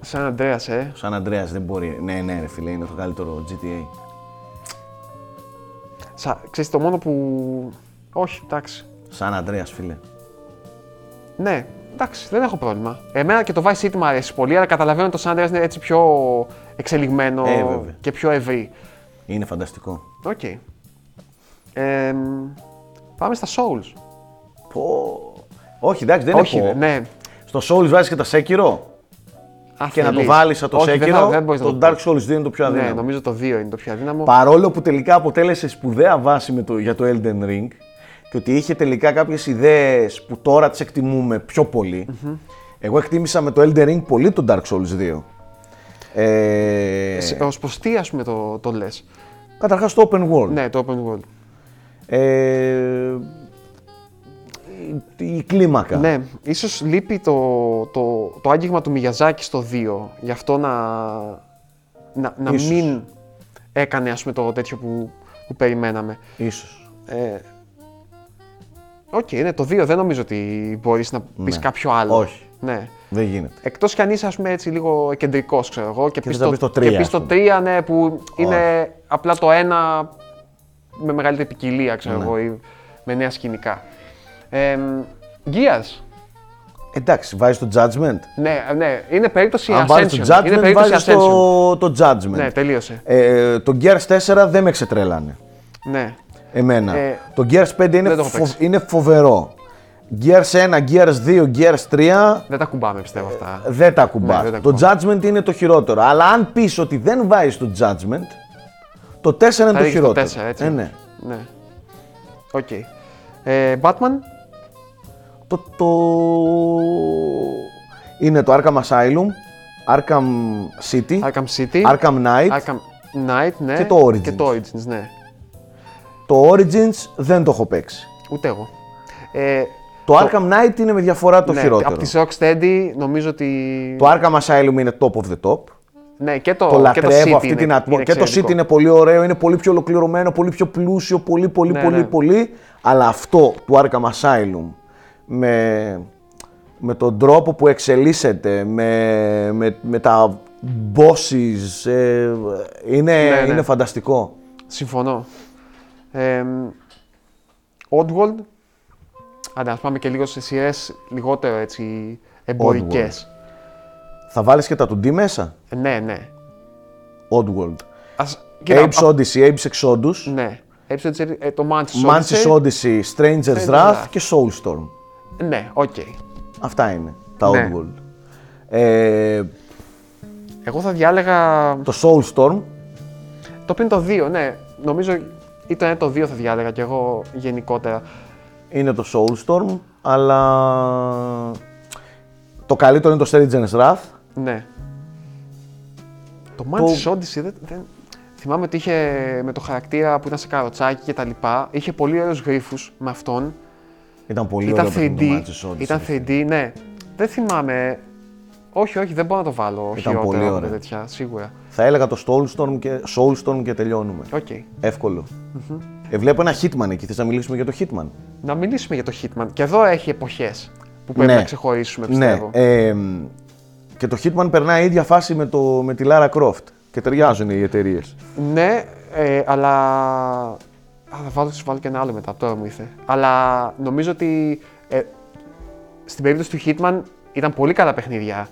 S1: Σαν Αντρέα, ε.
S2: Σαν Αντρέα δεν μπορεί. Ναι, ναι, ρε φίλε, είναι το καλύτερο GTA.
S1: Σα... Ξέρεις, το μόνο που. Όχι, εντάξει.
S2: Σαν Αντρέα, φίλε.
S1: Ναι, εντάξει, δεν έχω πρόβλημα. Εμένα και το Vice City μου αρέσει πολύ, αλλά καταλαβαίνω ότι το San Andreas είναι έτσι πιο εξελιγμένο
S2: Ε, βέβαια.
S1: και πιο ευρύ.
S2: Είναι φανταστικό.
S1: Οκ. Ε, πάμε στα Souls.
S2: Πω. Όχι, εντάξει, δεν
S1: Όχι,
S2: είναι
S1: δε-
S2: πω.
S1: ναι.
S2: Στο Souls βάζεις και τα Sekiro. Και να το βάλεις σαν το
S1: Όχι, δεν θα-
S2: Sekiro.
S1: δεν μπορείς να
S2: το
S1: το
S2: Dark
S1: πεις.
S2: Souls 2 είναι το πιο
S1: Ναι,
S2: αδύναμο.
S1: νομίζω το 2 είναι το πιο αδύναμο.
S2: Παρόλο που τελικά αποτέλεσε σπουδαία βάση με το, για το Elden Ring και ότι είχε τελικά κάποιες ιδέες που τώρα τις εκτιμούμε πιο πολυ Εγώ εκτίμησα με το Elden Ring πολύ τον Dark Souls 2. Ε,
S1: Ε... Ως προς τι, ας πούμε, το, το λες.
S2: Καταρχάς το Open World.
S1: Ναι, το open world.
S2: Ε, η, η κλίμακα.
S1: Ναι, ίσως λείπει το, το, το άγγιγμα του Μiyazaki στο 2. Γι' αυτό να, να, να
S2: Ίσως.
S1: μην έκανε ας πούμε, το τέτοιο που, που περιμέναμε.
S2: Ίσως.
S1: Ε, Οκ, ναι, το 2 δεν νομίζω ότι μπορείς να πει
S2: Ναι.
S1: κάποιο άλλο.
S2: Όχι.
S1: Ναι.
S2: Δεν γίνεται.
S1: Εκτός κι αν είσαι ας πούμε, έτσι λίγο κεντρικός, ξέρω εγώ, και πει
S2: θες να
S1: το,
S2: πεις το
S1: και
S2: τρία,
S1: πεις
S2: ας
S1: το
S2: πούμε.
S1: 3, ναι, που είναι απλά το ένα με μεγαλύτερη ποικιλία, ξέρω
S2: Ναι.
S1: εγώ, ή με νέα σκηνικά. Ε, Gears.
S2: Εντάξει, βάζεις το Judgment.
S1: Ναι, ναι, είναι περίπτωση
S2: Αν
S1: Ascension.
S2: βάζεις το Judgment,
S1: είναι περίπτωση
S2: βάζεις
S1: Ascension.
S2: το, το Judgment.
S1: Ναι, τελείωσε.
S2: ε, το Gears 4 δεν με ξετρέλανε.
S1: Ναι.
S2: Εμένα.
S1: Ε,
S2: το Gears 5 είναι,
S1: δεν το έχω
S2: φο-
S1: παίξει.
S2: είναι φοβερό. Gears 1, Gears 2, Gears 3
S1: Δεν τα κουμπάμε πιστεύω αυτά.
S2: Ε, δεν τα κουμπά.
S1: Ναι, δεν τα
S2: το Judgment είναι το χειρότερο. Αλλά αν πεις ότι δεν βάζεις το Judgment, το 4 είναι το
S1: ρίξεις το
S2: χειρότερο.
S1: τέσσερα, έτσι.
S2: Ε, ναι.
S1: Ναι. Οκ. Ε, Batman.
S2: Το, το... Είναι το Arkham Asylum, Arkham City,
S1: Arkham City.
S2: Arkham Knight.
S1: Arkham Knight, ναι.
S2: Και το Origins.
S1: Και το Origins, ναι.
S2: Το Origins δεν το έχω παίξει.
S1: Ούτε εγώ. Ε,
S2: Το, Arkham Knight είναι με διαφορά το
S1: ναι,
S2: χειρότερο.
S1: Από τη Rocksteady νομίζω ότι.
S2: Το Arkham Asylum είναι top of the top.
S1: Ναι, και το,
S2: το
S1: και
S2: λατρεύω
S1: το City
S2: αυτή
S1: είναι-
S2: την
S1: είναι
S2: ατμόσφαιρα. Και το City
S1: εξαιρετικό.
S2: είναι πολύ ωραίο, είναι πολύ πιο ολοκληρωμένο, πολύ πιο πλούσιο, πολύ, πολύ,
S1: Ναι,
S2: πολύ,
S1: ναι.
S2: πολύ. Αλλά αυτό του Arkham Asylum με, με τον τρόπο που εξελίσσεται, με, με, με τα bosses, ε, είναι,
S1: Ναι, ναι.
S2: είναι φανταστικό.
S1: Συμφωνώ. Ε, Oddworld. Άντε, να πάμε και λίγο σε σειρές λιγότερο έτσι εμπορικές.
S2: Θα βάλεις και τα του D μέσα,
S1: Ναι, ναι.
S2: Oddworld.
S1: Ας, κοίτα,
S2: Apes Odyssey, Apes Exodus,
S1: α- ναι. Apes Odyssey, ε, το Mantis Odyssey.
S2: Mantis Odyssey, Stranger's
S1: Stranger's
S2: Wrath
S1: Wrath.
S2: και Soulstorm.
S1: Ναι, οκ.
S2: Αυτά είναι τα
S1: Ναι.
S2: Oddworld. Ε,
S1: Εγώ θα διάλεγα.
S2: το Soulstorm
S1: Το πριν το 2, ναι. Νομίζω ή το 1 το 2 θα διάλεγα κι εγώ γενικότερα.
S2: είναι το Soulstorm, αλλά το καλύτερο είναι το Stranger's Wrath.
S1: Ναι. Το Mantis Odyssey δεν, δεν- Θυμάμαι ότι είχε με το χαρακτήρα που ήταν σε καροτσάκι και τα λοιπά, είχε πολύ ωραίους γρίφους με αυτόν.
S2: Ήταν πολύ
S1: Ήταν
S2: ωραίο παιχνίδι το
S1: 3D,
S2: Mantis Odyssey.
S1: ήταν 3D, ναι. Δεν θυμάμαι. Όχι, όχι, δεν μπορώ να το βάλω χειρότερα
S2: πολύ
S1: από
S2: ωραίο.
S1: τέτοια, σίγουρα.
S2: Θα έλεγα το Soulstorm και, Soulstorm και τελειώνουμε.
S1: Οκ.
S2: Ευκολο Ε, βλέπω ένα Hitman εκεί, θες να μιλήσουμε για το Hitman.
S1: Να μιλήσουμε για το Hitman. Και εδώ έχει εποχές που πρέπει
S2: Ναι.
S1: να ξεχωρίσουμε,
S2: Ναι,
S1: πιστεύω.
S2: ε, μ, και το Hitman περνάει η ίδια φάση με, το, με τη Lara Croft και ταιριάζουν οι εταιρείες.
S1: Ναι, ε, αλλά. Α, θα βάλω, θα βάλω και ένα άλλο μετά, τώρα μου ήρθε. Αλλά νομίζω ότι ε, στην περίπτωση του Hitman ήταν πολύ καλά παιχνίδια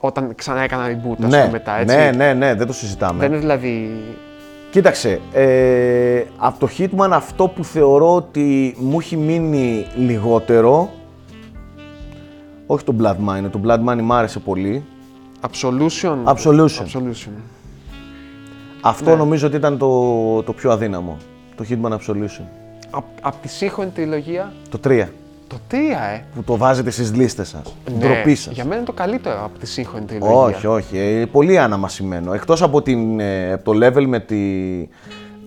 S1: όταν ξανά έκανα reboot, ας πούμε,
S2: Ναι,
S1: μετά, έτσι.
S2: ναι, ναι, ναι, δεν το συζητάμε.
S1: Δεν είναι δηλαδή...
S2: Κοίταξε, ε, από το Hitman αυτό που θεωρώ ότι μου έχει μείνει λιγότερο, όχι το Blood Money, το Blood Money μ' άρεσε πολύ,
S1: Absolution.
S2: Absolution.
S1: Absolution.
S2: αυτό νομίζω ότι ήταν το, το πιο αδύναμο, το Hitman Absolution,
S1: Απ' απ' τη σύγχρονη τριλογία,
S2: το 3
S1: το 3, ε.
S2: που το βάζετε στις λίστες σας, ναι.
S1: Ναι,
S2: ντροπή σας.
S1: Για μένα είναι το καλύτερο από τη σύγχρονη τριλογία.
S2: Όχι, όχι, ε, πολύ αναμασιμένο, εκτός από, την, ε, από το level με, τη,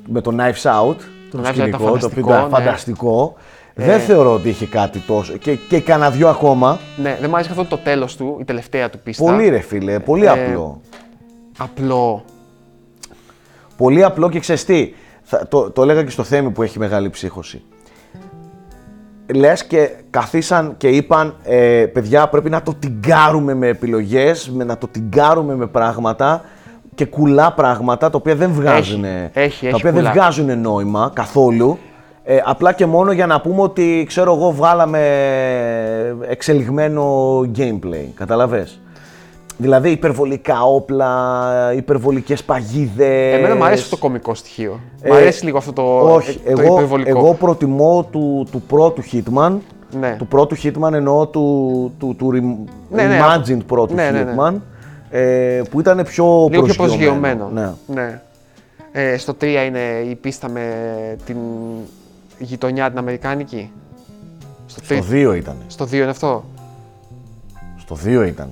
S2: με το Knives Out,
S1: Knives Out
S2: το,
S1: ήταν
S2: σκηνικό, το
S1: φανταστικό,
S2: οποίο ήταν
S1: ναι. Ε.
S2: φανταστικό, δεν θεωρώ ότι είχε κάτι τόσο. Και, και κανένα δυο ακόμα.
S1: Ναι, δεν μου αρέσει καθόλου το τέλος του, η τελευταία του πίστα.
S2: Πολύ ρε φίλε, πολύ
S1: Ε,
S2: απλό.
S1: απλό.
S2: Πολύ απλό και ξέρεις τι, θα- το, το έλεγα και στο Θέμη που έχει μεγάλη ψύχωση. Λες και καθίσαν και είπαν, «Ε, παιδιά πρέπει να το τυγκάρουμε με επιλογές, με, να το τυγκάρουμε με πράγματα και κουλά πράγματα τα οποία δεν βγάζουν,
S1: έχει,
S2: τα
S1: έχει
S2: οποία δεν
S1: κουλά.
S2: βγάζουν νόημα καθόλου. Ε, απλά και μόνο για να πούμε ότι, ξέρω εγώ, βγάλαμε εξελιγμένο gameplay, καταλαβες. Δηλαδή υπερβολικά όπλα, υπερβολικές παγίδες.
S1: Εμένα μου αρέσει αυτό το κωμικό στοιχείο.
S2: Ε,
S1: μου αρέσει λίγο αυτό το, ε,
S2: όχι,
S1: το
S2: εγώ,
S1: υπερβολικό.
S2: εγώ προτιμώ του, του πρώτου Hitman.
S1: Ναι.
S2: Του πρώτου Hitman εννοώ του, του, του rem-
S1: Ναι, ναι,
S2: imagined
S1: αυτό.
S2: πρώτου
S1: Ναι, ναι, ναι.
S2: Hitman. Ε, που ήταν πιο
S1: Λίγο πιο
S2: προσγειωμένο.
S1: προσγειωμένο.
S2: Ναι.
S1: Ναι. Ε, στο 3 είναι η πίστα με την γειτονιά την Αμερικάνικη. Στο,
S2: Στο
S1: τρι-
S2: 2 ήταν.
S1: στο 2 είναι αυτό.
S2: Στο 2 ήταν.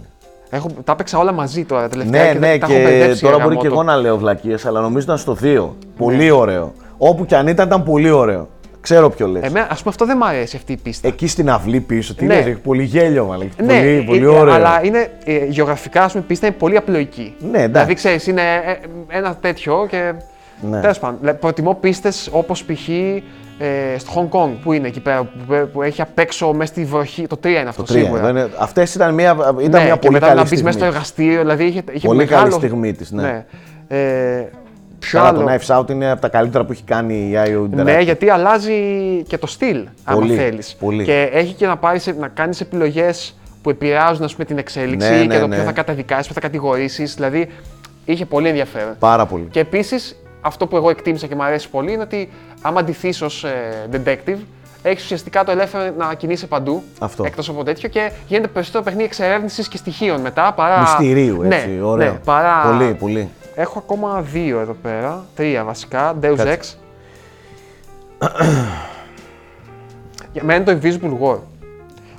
S1: Έχω, τα έπαιξα όλα μαζί τώρα τελευταία
S2: Ναι,
S1: και,
S2: ναι,
S1: τα έχω
S2: και
S1: μπερδέψει,
S2: τώρα
S1: ρε
S2: μπορεί και
S1: γαμότο.
S2: εγώ να λέω βλακίες, αλλά νομίζω ήταν στο 2. Πολύ ωραίο. Όπου κι αν ήταν, ήταν πολύ ωραίο. Ξέρω ποιο λες.
S1: Εμένα, ας πούμε, αυτό δεν μου αρέσει αυτή η πίστα.
S2: Εκεί στην αυλή πίσω, τι
S1: Ναι.
S2: λες, έχει πολύ γέλιο, μα λέει.
S1: ναι,
S2: πολύ,
S1: ε,
S2: πολύ
S1: ε,
S2: ωραίο.
S1: αλλά είναι ε, γεωγραφικά, ας πούμε, η πίστα είναι πολύ απλοϊκή.
S2: Ναι, εντάξει.
S1: Δηλαδή, ξέρεις, είναι ε, ε, ένα τέτοιο και
S2: Ναι.
S1: τέλος πάντων. Δηλαδή, προτιμώ πίστες όπως π.χ. Ε, στο Hong Kong που είναι εκεί πέρα, που, που έχει απ' έξω μέσα στη βροχή. Το 3 είναι αυτό σίγουρα.
S2: Αυτές ήταν μια, ήταν
S1: ναι,
S2: μια
S1: και
S2: πολύ
S1: μετά
S2: καλή
S1: να μπεις
S2: στιγμή.
S1: μέσα στο εργαστήριο, δηλαδή είχε, είχε
S2: Πολύ καλή
S1: μεγάλο...
S2: στιγμή της, ναι.
S1: Ε, ποιο
S2: Καλά,
S1: άλλο.
S2: το Knives Out είναι από τα καλύτερα που έχει κάνει η IO Interactive.
S1: Ναι, γιατί αλλάζει και το στυλ, άμα
S2: Πολύ,
S1: θέλεις.
S2: πολύ.
S1: Και έχει και να, πάρεις, να κάνεις επιλογές που επηρεάζουν ας πούμε, την εξέλιξη
S2: Ναι, ναι,
S1: και το
S2: ναι.
S1: ποιο θα καταδικάσεις, ποιο θα κατηγορήσεις. Δηλαδή είχε πολύ ενδιαφέρον.
S2: Πάρα πολύ.
S1: Και επίσης αυτό που εγώ εκτίμησα και μου αρέσει πολύ είναι ότι άμα αντιθεί ω detective, έχεις ουσιαστικά το ελεύθερο να κινείσαι παντού.
S2: Αυτό.
S1: Εκτός από τέτοιο και γίνεται περισσότερο παιχνίδι εξερεύνησης και στοιχείων μετά παρά.
S2: Μυστηρίου,
S1: Ναι,
S2: έτσι. ωραίο.
S1: Ναι, παρά...
S2: Πολύ, πολύ.
S1: Έχω ακόμα δύο εδώ πέρα. Τρία βασικά. Deus
S2: Κάτσε.
S1: Ex. Για μένα είναι το Invisible War.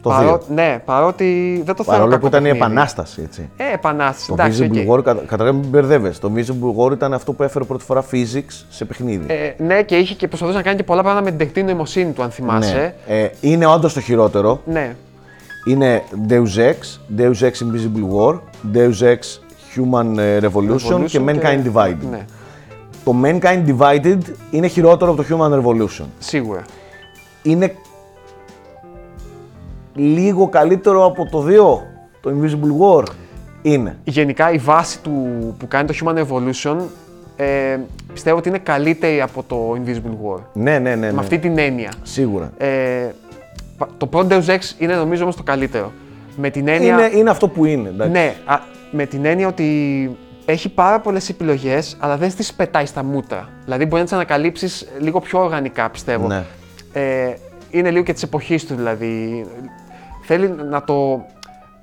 S2: Το
S1: Παρό-
S2: δύο.
S1: Ναι, παρότι δεν το θέλω
S2: Παρόλο
S1: κακό
S2: που ήταν η
S1: παιχνίδι.
S2: επανάσταση, έτσι.
S1: Ε, επανάσταση.
S2: Το
S1: εντάξει,
S2: Visible
S1: οκ.
S2: War, κατα- καταρχήν μην μπερδεύεσαι. Το Visible War ήταν αυτό που έφερε πρώτη φορά physics σε παιχνίδι.
S1: Ε, ναι, και είχε και προσπαθούσε να κάνει και πολλά πράγματα με την τεχνητή νοημοσύνη του, αν θυμάσαι.
S2: Ναι. Ε, είναι όντως το χειρότερο.
S1: Ναι. ναι.
S2: Είναι Deus Ex, Deus Ex Invisible War, Deus Ex Human ε, Revolution, και Mankind Divided.
S1: Ναι,
S2: Το Mankind Divided είναι χειρότερο από το Human Revolution.
S1: σίγουρα.
S2: είναι λίγο καλύτερο από το 2, το Invisible War. Είναι.
S1: Γενικά η βάση του που κάνει το Human Evolution ε, πιστεύω ότι είναι καλύτερη από το Invisible War.
S2: Ναι, ναι, ναι. ναι.
S1: Με αυτή την έννοια.
S2: Σίγουρα.
S1: Ε, πα- το πρώτο Deus Ex είναι νομίζω όμως το καλύτερο. Με την έννοια...
S2: Είναι, είναι αυτό που είναι. Εντάξει.
S1: ναι, α, με την έννοια ότι έχει πάρα πολλές επιλογές, αλλά δεν τις πετάει στα μούτρα. Δηλαδή μπορεί να τις ανακαλύψεις λίγο πιο οργανικά, πιστεύω.
S2: Ναι.
S1: Ε, είναι λίγο και της εποχής του, δηλαδή. Θέλει να το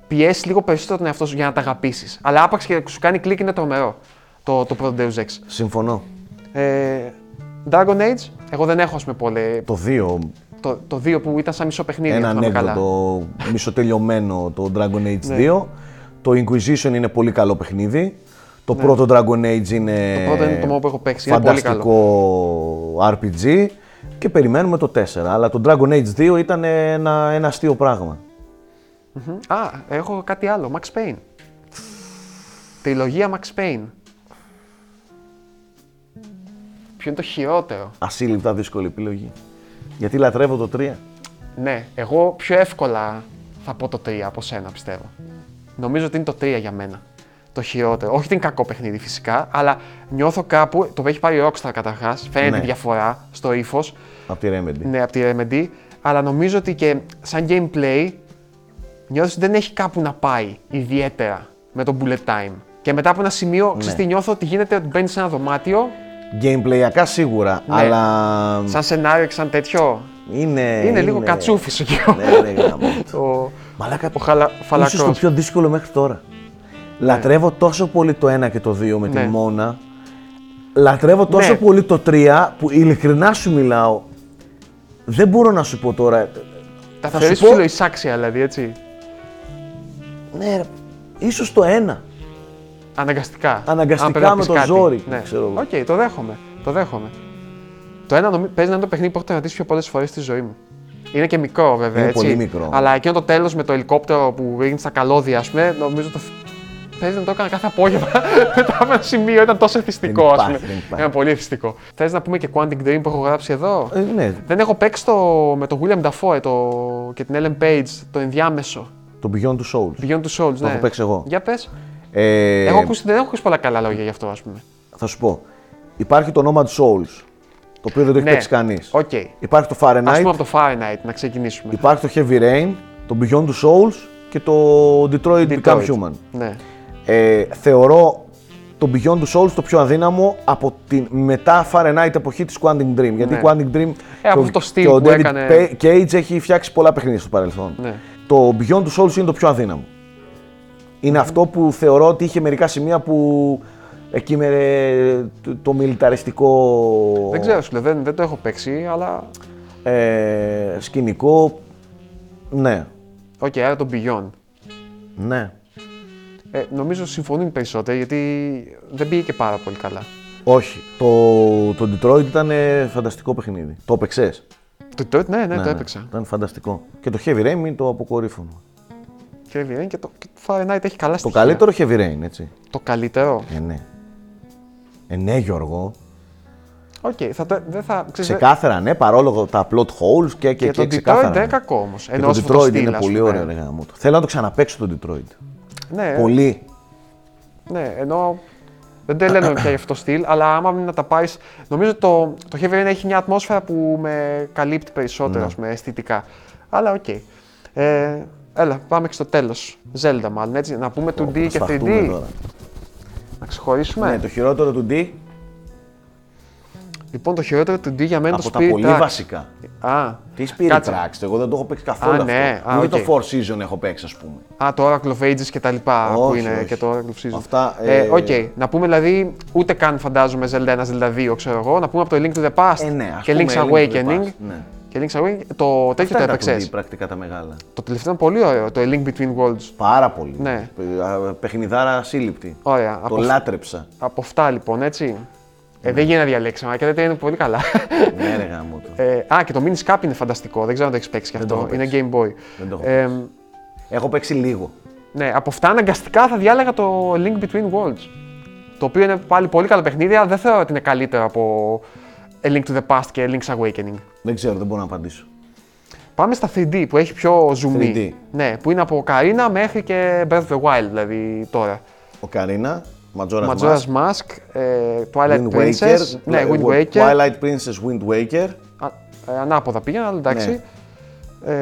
S1: πιέσεις λίγο περισσότερο τον εαυτό σου για να τα αγαπήσεις. Αλλά άπαξ και σου κάνει κλικ είναι τρομερό το, το πρώτο Deus Ex.
S2: Συμφωνώ.
S1: Ε, Dragon Age, εγώ δεν έχω ας πούμε πολλές,
S2: Το 2,
S1: το, το 2 που ήταν σαν μισό παιχνίδι,
S2: ένα
S1: αν θυμάμαι καλά. Ναι.
S2: ανέκδοτο μισοτελειωμένο το Dragon Age 2. Το Inquisition είναι πολύ καλό παιχνίδι. Το πρώτο Dragon Age είναι.
S1: Ναι. Το πρώτο είναι το μόνο που έχω παίξει, είναι πολύ καλό.
S2: Φανταστικό RPG. Και περιμένουμε το 4. Αλλά το Dragon Age 2 ήταν ένα, ένα αστείο πράγμα.
S1: Α, έχω κάτι άλλο. Max Payne. Τριλογία Max Payne. Ποιο είναι το χειρότερο.
S2: ασύλληπτα δύσκολη επιλογή. Γιατί λατρεύω το 3.
S1: Ναι, εγώ πιο εύκολα θα πω το 3 από σένα, πιστεύω. Νομίζω ότι είναι το 3 για μένα. Το χειρότερο. Όχι την κακό παιχνίδι φυσικά, αλλά νιώθω κάπου. Το έχει πάρει η Rockstar καταρχάς. Φαίνεται
S2: Ναι.
S1: η διαφορά στο ύφος.
S2: Από τη Remedy.
S1: Ναι, από τη Remedy. Αλλά νομίζω ότι και σαν gameplay νιώθω ότι δεν έχει κάπου να πάει ιδιαίτερα με το bullet time. Και μετά από ένα σημείο,
S2: Ναι.
S1: ξέρεις τι νιώθω ότι γίνεται ότι μπαίνει σε ένα δωμάτιο,
S2: Gameplayακά σίγουρα,
S1: Ναι.
S2: αλλά.
S1: σαν σενάριο και σαν τέτοιο.
S2: Είναι,
S1: είναι λίγο κατσούφι ο
S2: Ναι, ναι, γάμο.
S1: ο,
S2: Μαλάκα,
S1: ο χαλα,
S2: ίσως το
S1: φαλακρός.
S2: πιο δύσκολο μέχρι τώρα. Λατρεύω τόσο πολύ το 1 και το 2 με τη
S1: Ναι.
S2: μόνα. Λατρεύω τόσο
S1: Ναι.
S2: πολύ το 3 που ειλικρινά σου μιλάω. Δεν μπορώ να σου πω τώρα.
S1: Τα θα
S2: θα σου
S1: θεωρείς
S2: πω-
S1: φιλοεισάξια δηλαδή, έτσι.
S2: Ναι, ρε, ίσως το 1.
S1: Αναγκαστικά.
S2: Αναγκαστικά
S1: Αν πρέπει να
S2: με
S1: πεις
S2: το
S1: κάτι.
S2: ζόρι,
S1: Ναι.
S2: ξέρω εγώ.
S1: Οκ, το δέχομαι. Το δέχομαι. Το ένα νομι... παίζει να είναι το παιχνίδι που έχω τερματίσει πιο πολλές φορές στη ζωή μου. Είναι και μικρό βέβαια.
S2: Είναι
S1: έτσι.
S2: πολύ μικρό.
S1: Αλλά εκείνο το τέλος με το ελικόπτερο που έγινε στα καλώδια, ας πούμε, νομίζω το, θ- Πες να το έκανα κάθε απόγευμα. Μετά από ένα σημείο ήταν τόσο εθιστικό,
S2: υπάρχει,
S1: α πούμε.
S2: δεν υπάρχει.
S1: Ένα πολύ εθιστικό. Θες να πούμε και Quantic Dream που έχω γράψει εδώ.
S2: Ε, ναι,
S1: Δεν έχω παίξει το, με τον William Dafoe ε, το, και την Ellen Page το ενδιάμεσο.
S2: το Beyond Two Souls.
S1: Beyond the Souls, ναι.
S2: έχω παίξει εγώ.
S1: Για πες.
S2: Ε,
S1: Έχω ακούσει, δεν έχω ακούσει πολλά καλά λόγια γι' αυτό, ας πούμε.
S2: Θα σου πω. Υπάρχει το Nomad Souls, το οποίο δεν το έχει
S1: Ναι.
S2: παίξει κανείς.
S1: Οκ.
S2: Υπάρχει το
S1: Ας
S2: Fahrenheit,
S1: πούμε από το Fahrenheit να ξεκινήσουμε.
S2: υπάρχει το Heavy Rain, το Beyond Two Souls και το Detroit, Become
S1: Detroit.
S2: Human.
S1: Ναι.
S2: Ε, θεωρώ το Beyond Two Souls το πιο αδύναμο από την μετά Fahrenheit εποχή της Quantic Dream. Γιατί
S1: Ναι.
S2: η Quantic Dream
S1: Ε, από
S2: και ο-
S1: αυτό το στυλ
S2: και ο
S1: που
S2: David
S1: έκανε.
S2: Pe- Cage έχει φτιάξει πολλά παιχνίδια στο παρελθόν.
S1: Ναι.
S2: Το Beyond Two Souls είναι το πιο αδύναμο. Είναι αυτό που θεωρώ ότι είχε μερικά σημεία που εκεί με ρε, το, το μιλιταριστικό
S1: Δεν ξέρω, σου λέω, δεν, δεν το έχω παίξει, αλλά.
S2: ε, σκηνικό. Ναι,
S1: Οκ, άρα το Beyond.
S2: ναι.
S1: Ε, νομίζω συμφωνούν περισσότερο γιατί δεν πήγε και πάρα πολύ καλά.
S2: Όχι. Το, το Detroit ήταν ε, φανταστικό παιχνίδι. Το έπαιξες.
S1: Το Detroit, ναι, ναι, Ε, το
S2: Ναι,
S1: έπαιξα.
S2: ναι, Ήταν φανταστικό. Και το Heavy Rain είναι το αποκορύφωμα.
S1: Και Heavy Rain και το, και το Fahrenheit έχει καλά
S2: Το
S1: στοιχεία.
S2: καλύτερο Heavy Rain, έτσι.
S1: Το καλύτερο.
S2: Ε, ναι. Ε, ναι, Γιώργο.
S1: Οκ, θα το, δεν θα. ξέρεις, δεν-
S2: Ξεκάθαρα, ναι, παρόλο τα plot holes και, και,
S1: και, το Detroit
S2: ξεκάθαρα.
S1: δεν είναι
S2: ναι.
S1: κακό όμως.
S2: Και το Detroit είναι πολύ ωραίο, ρε γάμο του. Θέλω να το ξαναπαίξω το Detroit.
S1: Ναι,
S2: Πολύ.
S1: ναι, ενώ δεν το λέμε πια γι' αυτό στυλ, αλλά άμα να τα πάεις. Νομίζω το, το Heavy Rain έχει μια ατμόσφαιρα που με καλύπτει
S2: Ναι.
S1: περισσότερο, ας πούμε, αισθητικά. Αλλά οκ. Ε, έλα, πάμε και στο τέλος. Zelda, μάλλον έτσι. Να πούμε 2D
S2: Πω, πω,
S1: και Ναι.
S2: θα
S1: 3D.
S2: σταθούμε τώρα.
S1: Να ξεχωρίσουμε.
S2: Ναι, το χειρότερο του D
S1: Λοιπόν, το χειρότερο του D για μένα
S2: από
S1: το
S2: τα
S1: Spirit
S2: πολύ
S1: Tracks.
S2: βασικά.
S1: Α,
S2: Τι Spirit
S1: Κάτσε.
S2: Tracks, εγώ δεν το έχω παίξει καθόλου
S1: Α, ναι,
S2: αυτό.
S1: α,
S2: Ούτε
S1: οκ.
S2: το Four Season έχω παίξει, ας πούμε.
S1: α, το Oracle of Ages και τα λοιπά που
S2: Όχι,
S1: είναι
S2: όχι.
S1: και το Oracle of Season.
S2: Αυτά,
S1: Ε,
S2: ε,
S1: οκ. να πούμε δηλαδή, ούτε καν φαντάζομαι Zelda 1, Zelda 2, ξέρω εγώ. Να πούμε από το Link to the Past
S2: Ε, ναι, ας
S1: και
S2: πούμε,
S1: Link's
S2: Link to the
S1: Awakening.
S2: Past, ναι.
S1: Και Link's Awakening, το τέτοιο
S2: Αυτά
S1: το
S2: ήταν του
S1: έπαιξε.
S2: D, πρακτικά τα μεγάλα.
S1: Το τελευταίο ήταν πολύ ωραίο, το A Link Between Worlds.
S2: Πάρα πολύ.
S1: Ναι.
S2: Παι- α, Παιχνιδάρα ασύλληπτη.
S1: Ωραία.
S2: Το Ναι.
S1: Από,
S2: λάτρεψα.
S1: από αυτά λοιπόν, έτσι. Ε, δεν γίνεται να διαλέξει, αλλά και δεν είναι πολύ καλά.
S2: ναι, ρε γάμο το.
S1: Ε, α, και το Mini Scap είναι φανταστικό. Δεν ξέρω αν το έχεις παίξει κι
S2: Δεν το
S1: αυτό.
S2: έχω
S1: Είναι
S2: παίξει.
S1: Game Boy.
S2: Δεν το έχω
S1: Ε,
S2: Έχω παίξει λίγο.
S1: ναι, από αυτά αναγκαστικά θα διάλεγα το Link Between Worlds. Το οποίο είναι πάλι πολύ καλό παιχνίδι, αλλά δεν θεωρώ ότι είναι καλύτερο από A Link to the Past και A Link's Awakening.
S2: Δεν ξέρω, δεν μπορώ να απαντήσω.
S1: Πάμε στα 3D που έχει πιο ζουμί.
S2: 3D.
S1: Ναι, που είναι από Καρίνα μέχρι και Breath of the Wild, δηλαδή τώρα.
S2: Ο Καρίνα, Majora's,
S1: Majora's
S2: Mask,
S1: Mask, ε, Twilight
S2: Wind
S1: Princess,
S2: Waker,
S1: ναι,
S2: Twi-
S1: Wind Waker,
S2: Twilight Princess, Wind Waker.
S1: Α, ε, ανάποδα πήγαινα, αλλά εντάξει. Ε,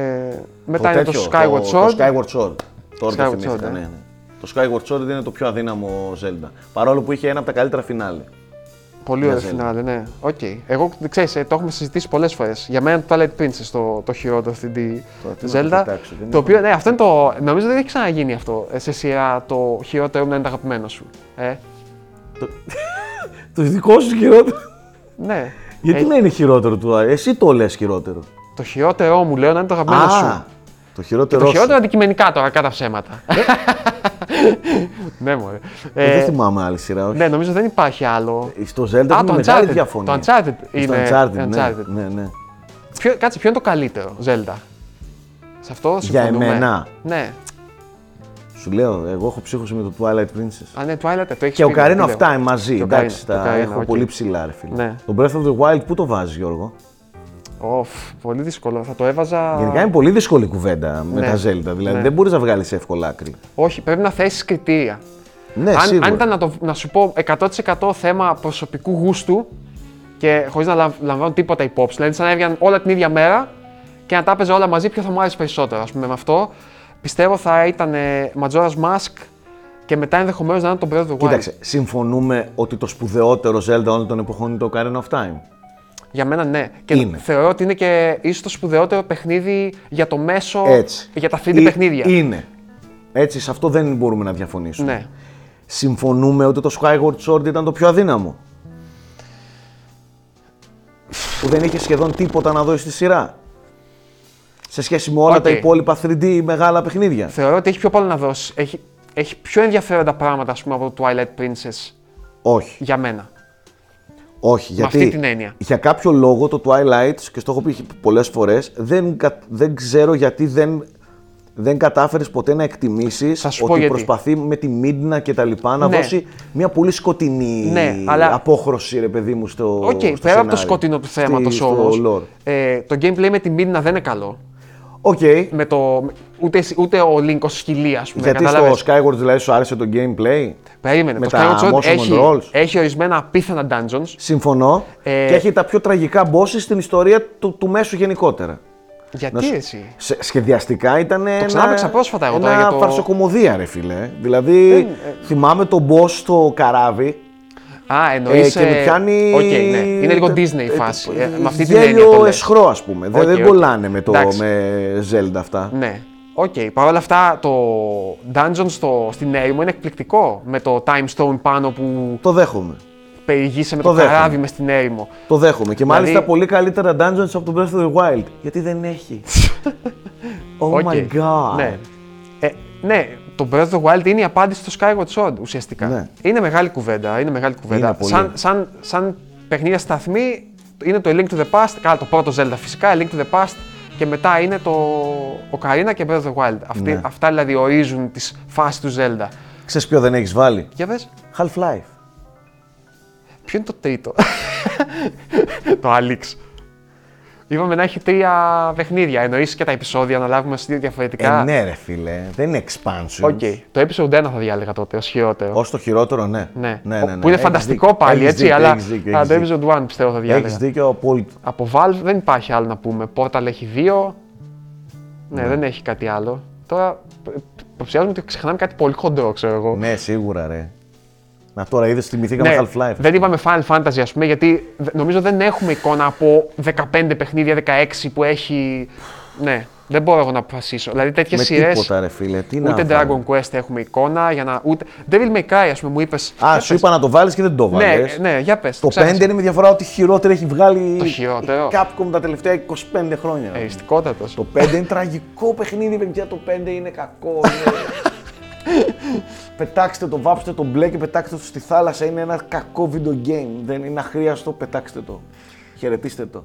S1: μετά
S2: Ναι. το
S1: είναι το
S2: τέτοιο,
S1: Skyward
S2: Το,
S1: Sword,
S2: το Skyward Sword. Τώρα
S1: Skyward
S2: το θυμήθηκα,
S1: Sword,
S2: ναι,
S1: ε.
S2: ναι. Το Skyward Sword είναι το πιο αδύναμο Zelda. Παρόλο που είχε ένα από τα καλύτερα φινάλε.
S1: πολύ
S2: μια
S1: ωραίο
S2: Zelda.
S1: φινάλε, ναι. Οκ. Εγώ, ξέρεις, ε, το έχουμε συζητήσει πολλές φορές. Για μένα το Twilight Princess το, το χειρότερο 3D
S2: Τώρα τι να το
S1: Zelda,
S2: κοιτάξω, δεν
S1: το
S2: έχω-
S1: οποίο, ναι, αυτό είναι το, νομίζω δεν έχει ξαναγίνει αυτό ε, σε σειρά το χειρότερο μου να είναι το αγαπημένος σου. Ε,
S2: Το δικό σου χειρότερο.
S1: ναι.
S2: Γιατί
S1: Ε,
S2: να είναι χειρότερο του, εσύ το λες χειρότερο.
S1: Το χειρότερό μου λέω να είναι το αγαπημένος σου.
S2: το
S1: Και
S2: χειρότερο.
S1: το χειρότερο αντικειμενικά τώρα, κατά ψέματα.
S2: Ε.
S1: ναι, μωρέ. Ε,
S2: Δεν θυμάμαι άλλη σειρά, όχι.
S1: ναι, νομίζω δεν υπάρχει άλλο.
S2: Στο Zelda
S1: Α,
S2: έχουμε
S1: το
S2: μεγάλη
S1: Uncharted. Το
S2: διαφωνία.
S1: Uncharted
S2: Στο
S1: είναι-
S2: Uncharted, ναι,
S1: Uncharted.
S2: ναι, ναι.
S1: Ποιο, κάτσε, ποιο είναι το καλύτερο, Zelda. Σε αυτό συμφωνούμε.
S2: εμένα.
S1: Ναι.
S2: Σου λέω, εγώ έχω ψύχωση με το Twilight Princess.
S1: Α, ναι, Twilight, το έχεις
S2: Και ο Καρίνο αυτά είναι μαζί.
S1: Και ο
S2: Εντάξει,
S1: Ocarina,
S2: τα
S1: το Ocarina,
S2: έχω
S1: οκ.
S2: πολύ ψηλά, ρε φίλε.
S1: Ναι.
S2: Το Breath of the Wild, πού το βάζεις, Γιώργο.
S1: Οφ, πολύ δύσκολο. Θα το έβαζα.
S2: Γενικά είναι πολύ δύσκολη κουβέντα με
S1: Ναι.
S2: τα Zelda. Δηλαδή
S1: Ναι.
S2: δεν μπορείς να βγάλεις εύκολα άκρη.
S1: Όχι, πρέπει να θέσεις κριτήρια.
S2: Ναι,
S1: αν,
S2: σίγουρα.
S1: αν ήταν να, το, να σου πω 100% θέμα προσωπικού γούστου και χωρίς να λαμ- λαμβάνω τίποτα υπόψη, δηλαδή σαν να έβγαιναν όλα την ίδια μέρα και να τα έπαιζα όλα μαζί, ποιο θα μου άρεσε περισσότερο, ας πούμε, με αυτό. Πιστεύω θα ήταν ε, Majora's Mask και μετά ενδεχομένως να είναι το Breath of the Wild.
S2: Κοίταξε, συμφωνούμε ότι το σπουδαιότερο Zelda όλων των εποχών είναι το Ocarina of Time.
S1: Για μένα ναι. Και
S2: Είναι.
S1: θεωρώ ότι είναι και ίσως το σπουδαιότερο παιχνίδι για το μέσο.
S2: Έτσι.
S1: Για τα 3D
S2: Ε-
S1: παιχνίδια.
S2: Είναι. Έτσι, σε αυτό δεν μπορούμε να διαφωνήσουμε.
S1: Ναι.
S2: Συμφωνούμε ότι το Skyward Sword ήταν το πιο αδύναμο. που δεν είχε σχεδόν τίποτα να δώσει στη σειρά. Σε σχέση με όλα
S1: Οκ.
S2: τα υπόλοιπα 3D μεγάλα παιχνίδια.
S1: Θεωρώ ότι έχει πιο πολλά να δώσει. Έχει, έχει πιο ενδιαφέροντα πράγματα, ας πούμε, από το Twilight Princess
S2: Όχι.
S1: για μένα.
S2: Όχι.
S1: Με
S2: γιατί
S1: αυτή την έννοια.
S2: Για κάποιο λόγο το Twilight, και στο έχω πει πολλές φορές, δεν, κα- δεν ξέρω γιατί δεν δεν κατάφερες ποτέ να εκτιμήσεις
S1: Θα σου πω
S2: ότι
S1: γιατί.
S2: προσπαθεί με τη Μίντνα και τα λοιπά να
S1: Ναι.
S2: δώσει μια πολύ σκοτεινή
S1: Ναι, αλλά-
S2: απόχρωση, ρε παιδί μου, στο.
S1: Οκ,
S2: στο
S1: πέρα από το
S2: σενάριο.
S1: σκοτεινό του
S2: Στη-
S1: θέματο
S2: στο
S1: όμως.
S2: lore.
S1: Ε, το gameplay με τη Midna δεν είναι καλό.
S2: Οκ.
S1: Με το, ούτε, ούτε ο Link ως σκυλή, ας πούμε.
S2: Γιατί
S1: κατάλαβες.
S2: στο Skyward δηλαδή σου άρεσε το gameplay.
S1: Περίμενε.
S2: με
S1: το
S2: τα
S1: Skyward Sword
S2: motion
S1: έχει,
S2: controls.
S1: έχει ορισμένα απίθανα dungeons.
S2: Συμφωνώ.
S1: Ε,
S2: Και έχει τα πιο τραγικά bosses στην ιστορία του, του μέσου γενικότερα. Να
S1: Γιατί
S2: σου-
S1: εσύ.
S2: Σε- σχεδιαστικά ήταν. Το
S1: ξανάπαιξα πρόσφατα εγώ
S2: ένα
S1: τώρα για το- ε,
S2: φαρσοκομωδία, ρε φίλε. Δηλαδή, θυμάμαι τον boss στο καράβι.
S1: Α, εννοείς...
S2: και με
S1: ε,
S2: πιάνει.
S1: οκ, ναι. Είναι λίγο
S2: τε-
S1: Disney η
S2: τε-
S1: φάση.
S2: τε-
S1: ε, με αυτή την
S2: γέλιο
S1: έννοια το λες.
S2: εσχρό, ας πούμε. Δεν,
S1: Οκ,
S2: δεν
S1: οκ.
S2: κολλάνε με, το,
S1: Εντάξει.
S2: με Zelda αυτά.
S1: Ναι. Οκ, παρ' όλα αυτά το dungeon στο, στην έρημο είναι εκπληκτικό. Με το time stone πάνω που
S2: Το δέχομαι.
S1: περιηγήσε με
S2: Το
S1: το,
S2: δέχομαι.
S1: καράβι μες στην έρημο.
S2: Το δέχομαι. Και
S1: Δηλαδή-
S2: μάλιστα πολύ καλύτερα dungeons από το Breath of the Wild. Γιατί δεν έχει. oh
S1: Οκ.
S2: my god.
S1: Ναι. Ε, ναι, το Breath of the Wild είναι η απάντηση στο Skyward Sword ουσιαστικά.
S2: Ναι.
S1: Είναι μεγάλη κουβέντα. Είναι μεγάλη κουβέντα.
S2: Είναι πολύ.
S1: σαν, σαν, σαν παιχνίδια σταθμή είναι το A Link to the Past, καλά το πρώτο Zelda φυσικά, A Link to the Past και μετά είναι το Ocarina και Breath of the Wild. Αυτοί,
S2: Ναι.
S1: Αυτά δηλαδή ορίζουν τις φάσεις του Zelda.
S2: Ξέρεις ποιο δεν έχεις βάλει.
S1: Για πες,
S2: Half-Life.
S1: ποιο είναι το τρίτο. το Alex. Είπαμε να έχει τρία παιχνίδια, εννοείς και τα επεισόδια να λάβουμε σε δύο διαφορετικά.
S2: Ε, ναι ρε φίλε. Δεν είναι expansion.
S1: Οκ. Το episode 1 θα διάλεγα τότε ως χειρότερο.
S2: Ως το χειρότερο, ναι.
S1: Ναι.
S2: ναι, ναι,
S1: Που είναι
S2: Έχεις
S1: φανταστικό
S2: δίκιο.
S1: πάλι
S2: Έχεις
S1: έτσι,
S2: δίκιο,
S1: αλλά
S2: έχεις δίκιο,
S1: αλλά
S2: έχεις
S1: το
S2: δίκιο.
S1: episode 1 πιστεύω θα διάλεγα.
S2: Έχεις δίκιο απόλυτο.
S1: Από Valve δεν υπάρχει άλλο να πούμε. Portal έχει δύο. Ναι, δεν έχει κάτι άλλο. Τώρα π- π- υποψιάζομαι ότι ξεχνάμε κάτι πολύ χοντρό, ξέρω εγώ.
S2: Ναι, σίγουρα ρε. Να τώρα είδες θυμηθήκαμε Half-Life.
S1: Ναι. δεν είπαμε Final Fantasy, ας πούμε, γιατί δε- νομίζω δεν έχουμε εικόνα από 15 παιχνίδια, 16 που έχει. Ναι, δεν μπορώ εγώ να αποφασίσω. Δηλαδή τέτοιες
S2: Με
S1: σειρές.
S2: τίποτα ρε φίλε. Τι να
S1: Ούτε
S2: βάλω.
S1: Dragon Quest έχουμε εικόνα για να. Ούτε... Devil May Cry, ας πούμε, μου είπες.
S2: Α, σου είπα να το βάλεις και δεν το βάλει.
S1: Ναι, ναι, για πες.
S2: Το 5 είναι με διαφορά ότι χειρότερο έχει βγάλει
S1: Το
S2: η-
S1: χειρότερο. Ε,
S2: η Capcom τα τελευταία 25 χρόνια.
S1: Ναι, Ειστικότατο.
S2: Το 5 είναι τραγικό παιχνίδι, παιδιά. Το 5 είναι κακό. είναι- πετάξτε το, βάψτε το μπλε και πετάξτε το στη θάλασσα. Είναι ένα κακό video game. Δεν είναι αχρίαστο, πετάξτε το. Χαιρετίστε το.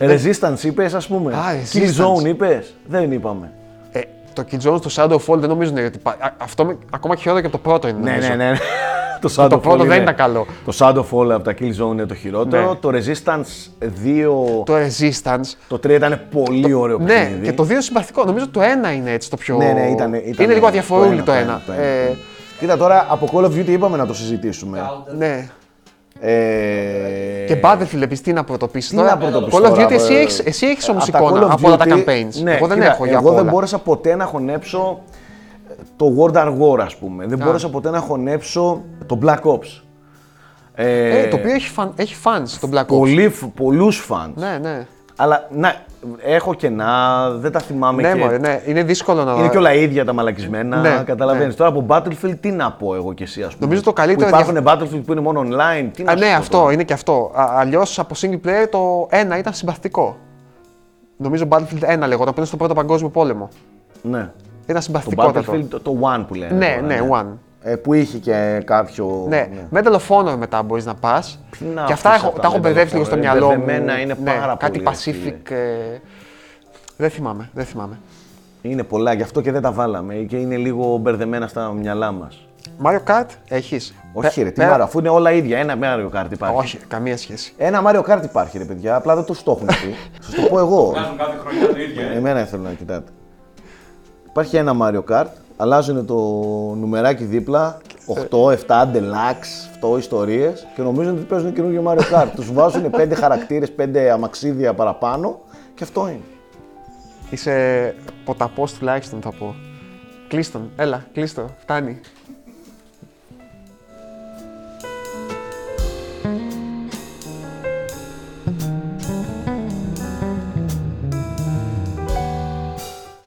S2: Resistance είπες, ας πούμε.
S1: Ε, Α,
S2: Kill
S1: Resistance.
S2: Zone είπες. Δεν είπαμε.
S1: Ε, το Killzone στο Shadow of Fall δεν νομίζω ότι. πα- α- Αυτό με- ακόμα χειρότερο και από το πρώτο είναι. νομίζω.
S2: ναι. το Shadow
S1: πρώτο
S2: Fall
S1: δεν
S2: είναι-
S1: ήταν καλό.
S2: Το Shadowfall από τα Killzone είναι το χειρότερο.
S1: Ναι.
S2: Το Resistance 2,
S1: Το Resistance.
S2: το 3 ήταν πολύ ωραίο
S1: Ναι,
S2: παιχνίδι.
S1: και το δύο συμπαθητικό. Νομίζω το ένα είναι έτσι το πιο.
S2: Ναι, ναι, ήταν. ήταν
S1: είναι λίγο αδιαφορούλη το ένα.
S2: το
S1: Ε,
S2: Κοίτα τώρα, από Call of Duty είπαμε να το συζητήσουμε.
S4: Counter.
S1: ναι.
S2: Ε,
S1: Και Battlefield επίσης τι να πρωτοποιήσει.
S2: τι να πρωτοποιήσω
S1: Call of
S2: τώρα,
S1: Duty, εσύ
S2: ε,
S1: έχεις, εσύ έχεις όμως
S2: απ' τα Call
S1: εικόνα
S2: of
S1: από όλα τα
S2: Duty,
S1: campaigns.
S2: ναι,
S1: εγώ δεν
S2: κοίτα,
S1: έχω για
S2: Εγώ
S1: όλα.
S2: δεν μπόρεσα ποτέ να χωνέψω το World at War, ας πούμε. Δεν μπόρεσα ποτέ να χωνέψω το Black Ops. Ε,
S1: Ε, το οποίο έχει, φαν, έχει fans το Black Ops.
S2: Πολλοί, πολλούς φαν.
S1: Ναι, ναι.
S2: Αλλά να, έχω κενά, δεν τα θυμάμαι
S1: Ναι,
S2: και...
S1: μωρέ, ναι, είναι δύσκολο να.
S2: Είναι και όλα ίδια τα μαλακισμένα.
S1: Ναι,
S2: Καταλαβαίνεις.
S1: ναι.
S2: Τώρα από Battlefield τι να πω εγώ και εσύ, ας πούμε.
S1: Νομίζω το καλύτερο
S2: Που υπάρχουν Battlefield που είναι μόνο online. Τι να
S1: Α,
S2: σου
S1: ναι,
S2: πω
S1: αυτό
S2: τώρα.
S1: είναι και αυτό. Αλλιώς από single player το 1 ήταν συμπαθητικό. Νομίζω Battlefield 1 λεγόταν που είναι στο πρώτο παγκόσμιο πόλεμο.
S2: Ναι.
S1: Ήταν
S2: Το
S1: συμπαθητικό
S2: Battlefield, το, το One που λένε.
S1: Ναι,
S2: τώρα,
S1: ναι, One.
S2: Ε, που είχε και κάποιο.
S1: Ναι. Medal of Honor μετά μπορείς να πας.
S2: Ποιο είναι
S1: Και
S2: αυτά
S1: αυτά έχω,
S2: τα
S1: τα έχω
S2: Medal
S1: μπερδέψει
S2: of
S1: λίγο στο
S2: Honor,
S1: μυαλό μου. Ναι,
S2: μπερδεμένα είναι πάρα
S1: Κάτι
S2: πολύ, ρε φίλε.
S1: Pacific. ε, δεν θυμάμαι, δεν θυμάμαι.
S2: Είναι πολλά, γι' αυτό και δεν τα βάλαμε και είναι λίγο μπερδεμένα στα μυαλά μας.
S1: Mario Kart έχεις.
S2: Όχι, ρε, τι Mario, αφού είναι όλα ίδια. Ένα Mario Kart υπάρχει.
S1: Όχι, καμία σχέση.
S2: Ένα Mario Kart υπάρχει, ρε παιδιά, απλά δεν του το έχουν πει. Σας το πω εγώ.
S3: Βγάζουν κάθε χρονιά το ίδιο. ε.
S2: Εμένα ήθελα να κοιτάτε. Υπάρχει ένα Mario Kart, αλλάζουν το νουμεράκι δίπλα, 8, 7, deluxe, 8 ιστορίες και νομίζουν ότι παίζουν καινούργιο Mario Kart. Τους βάζουν 5 χαρακτήρε, 5 αμαξίδια παραπάνω και αυτό είναι.
S1: Είσαι ποταπός τουλάχιστον θα πω. Κλείστον, έλα, κλείστο, φτάνει.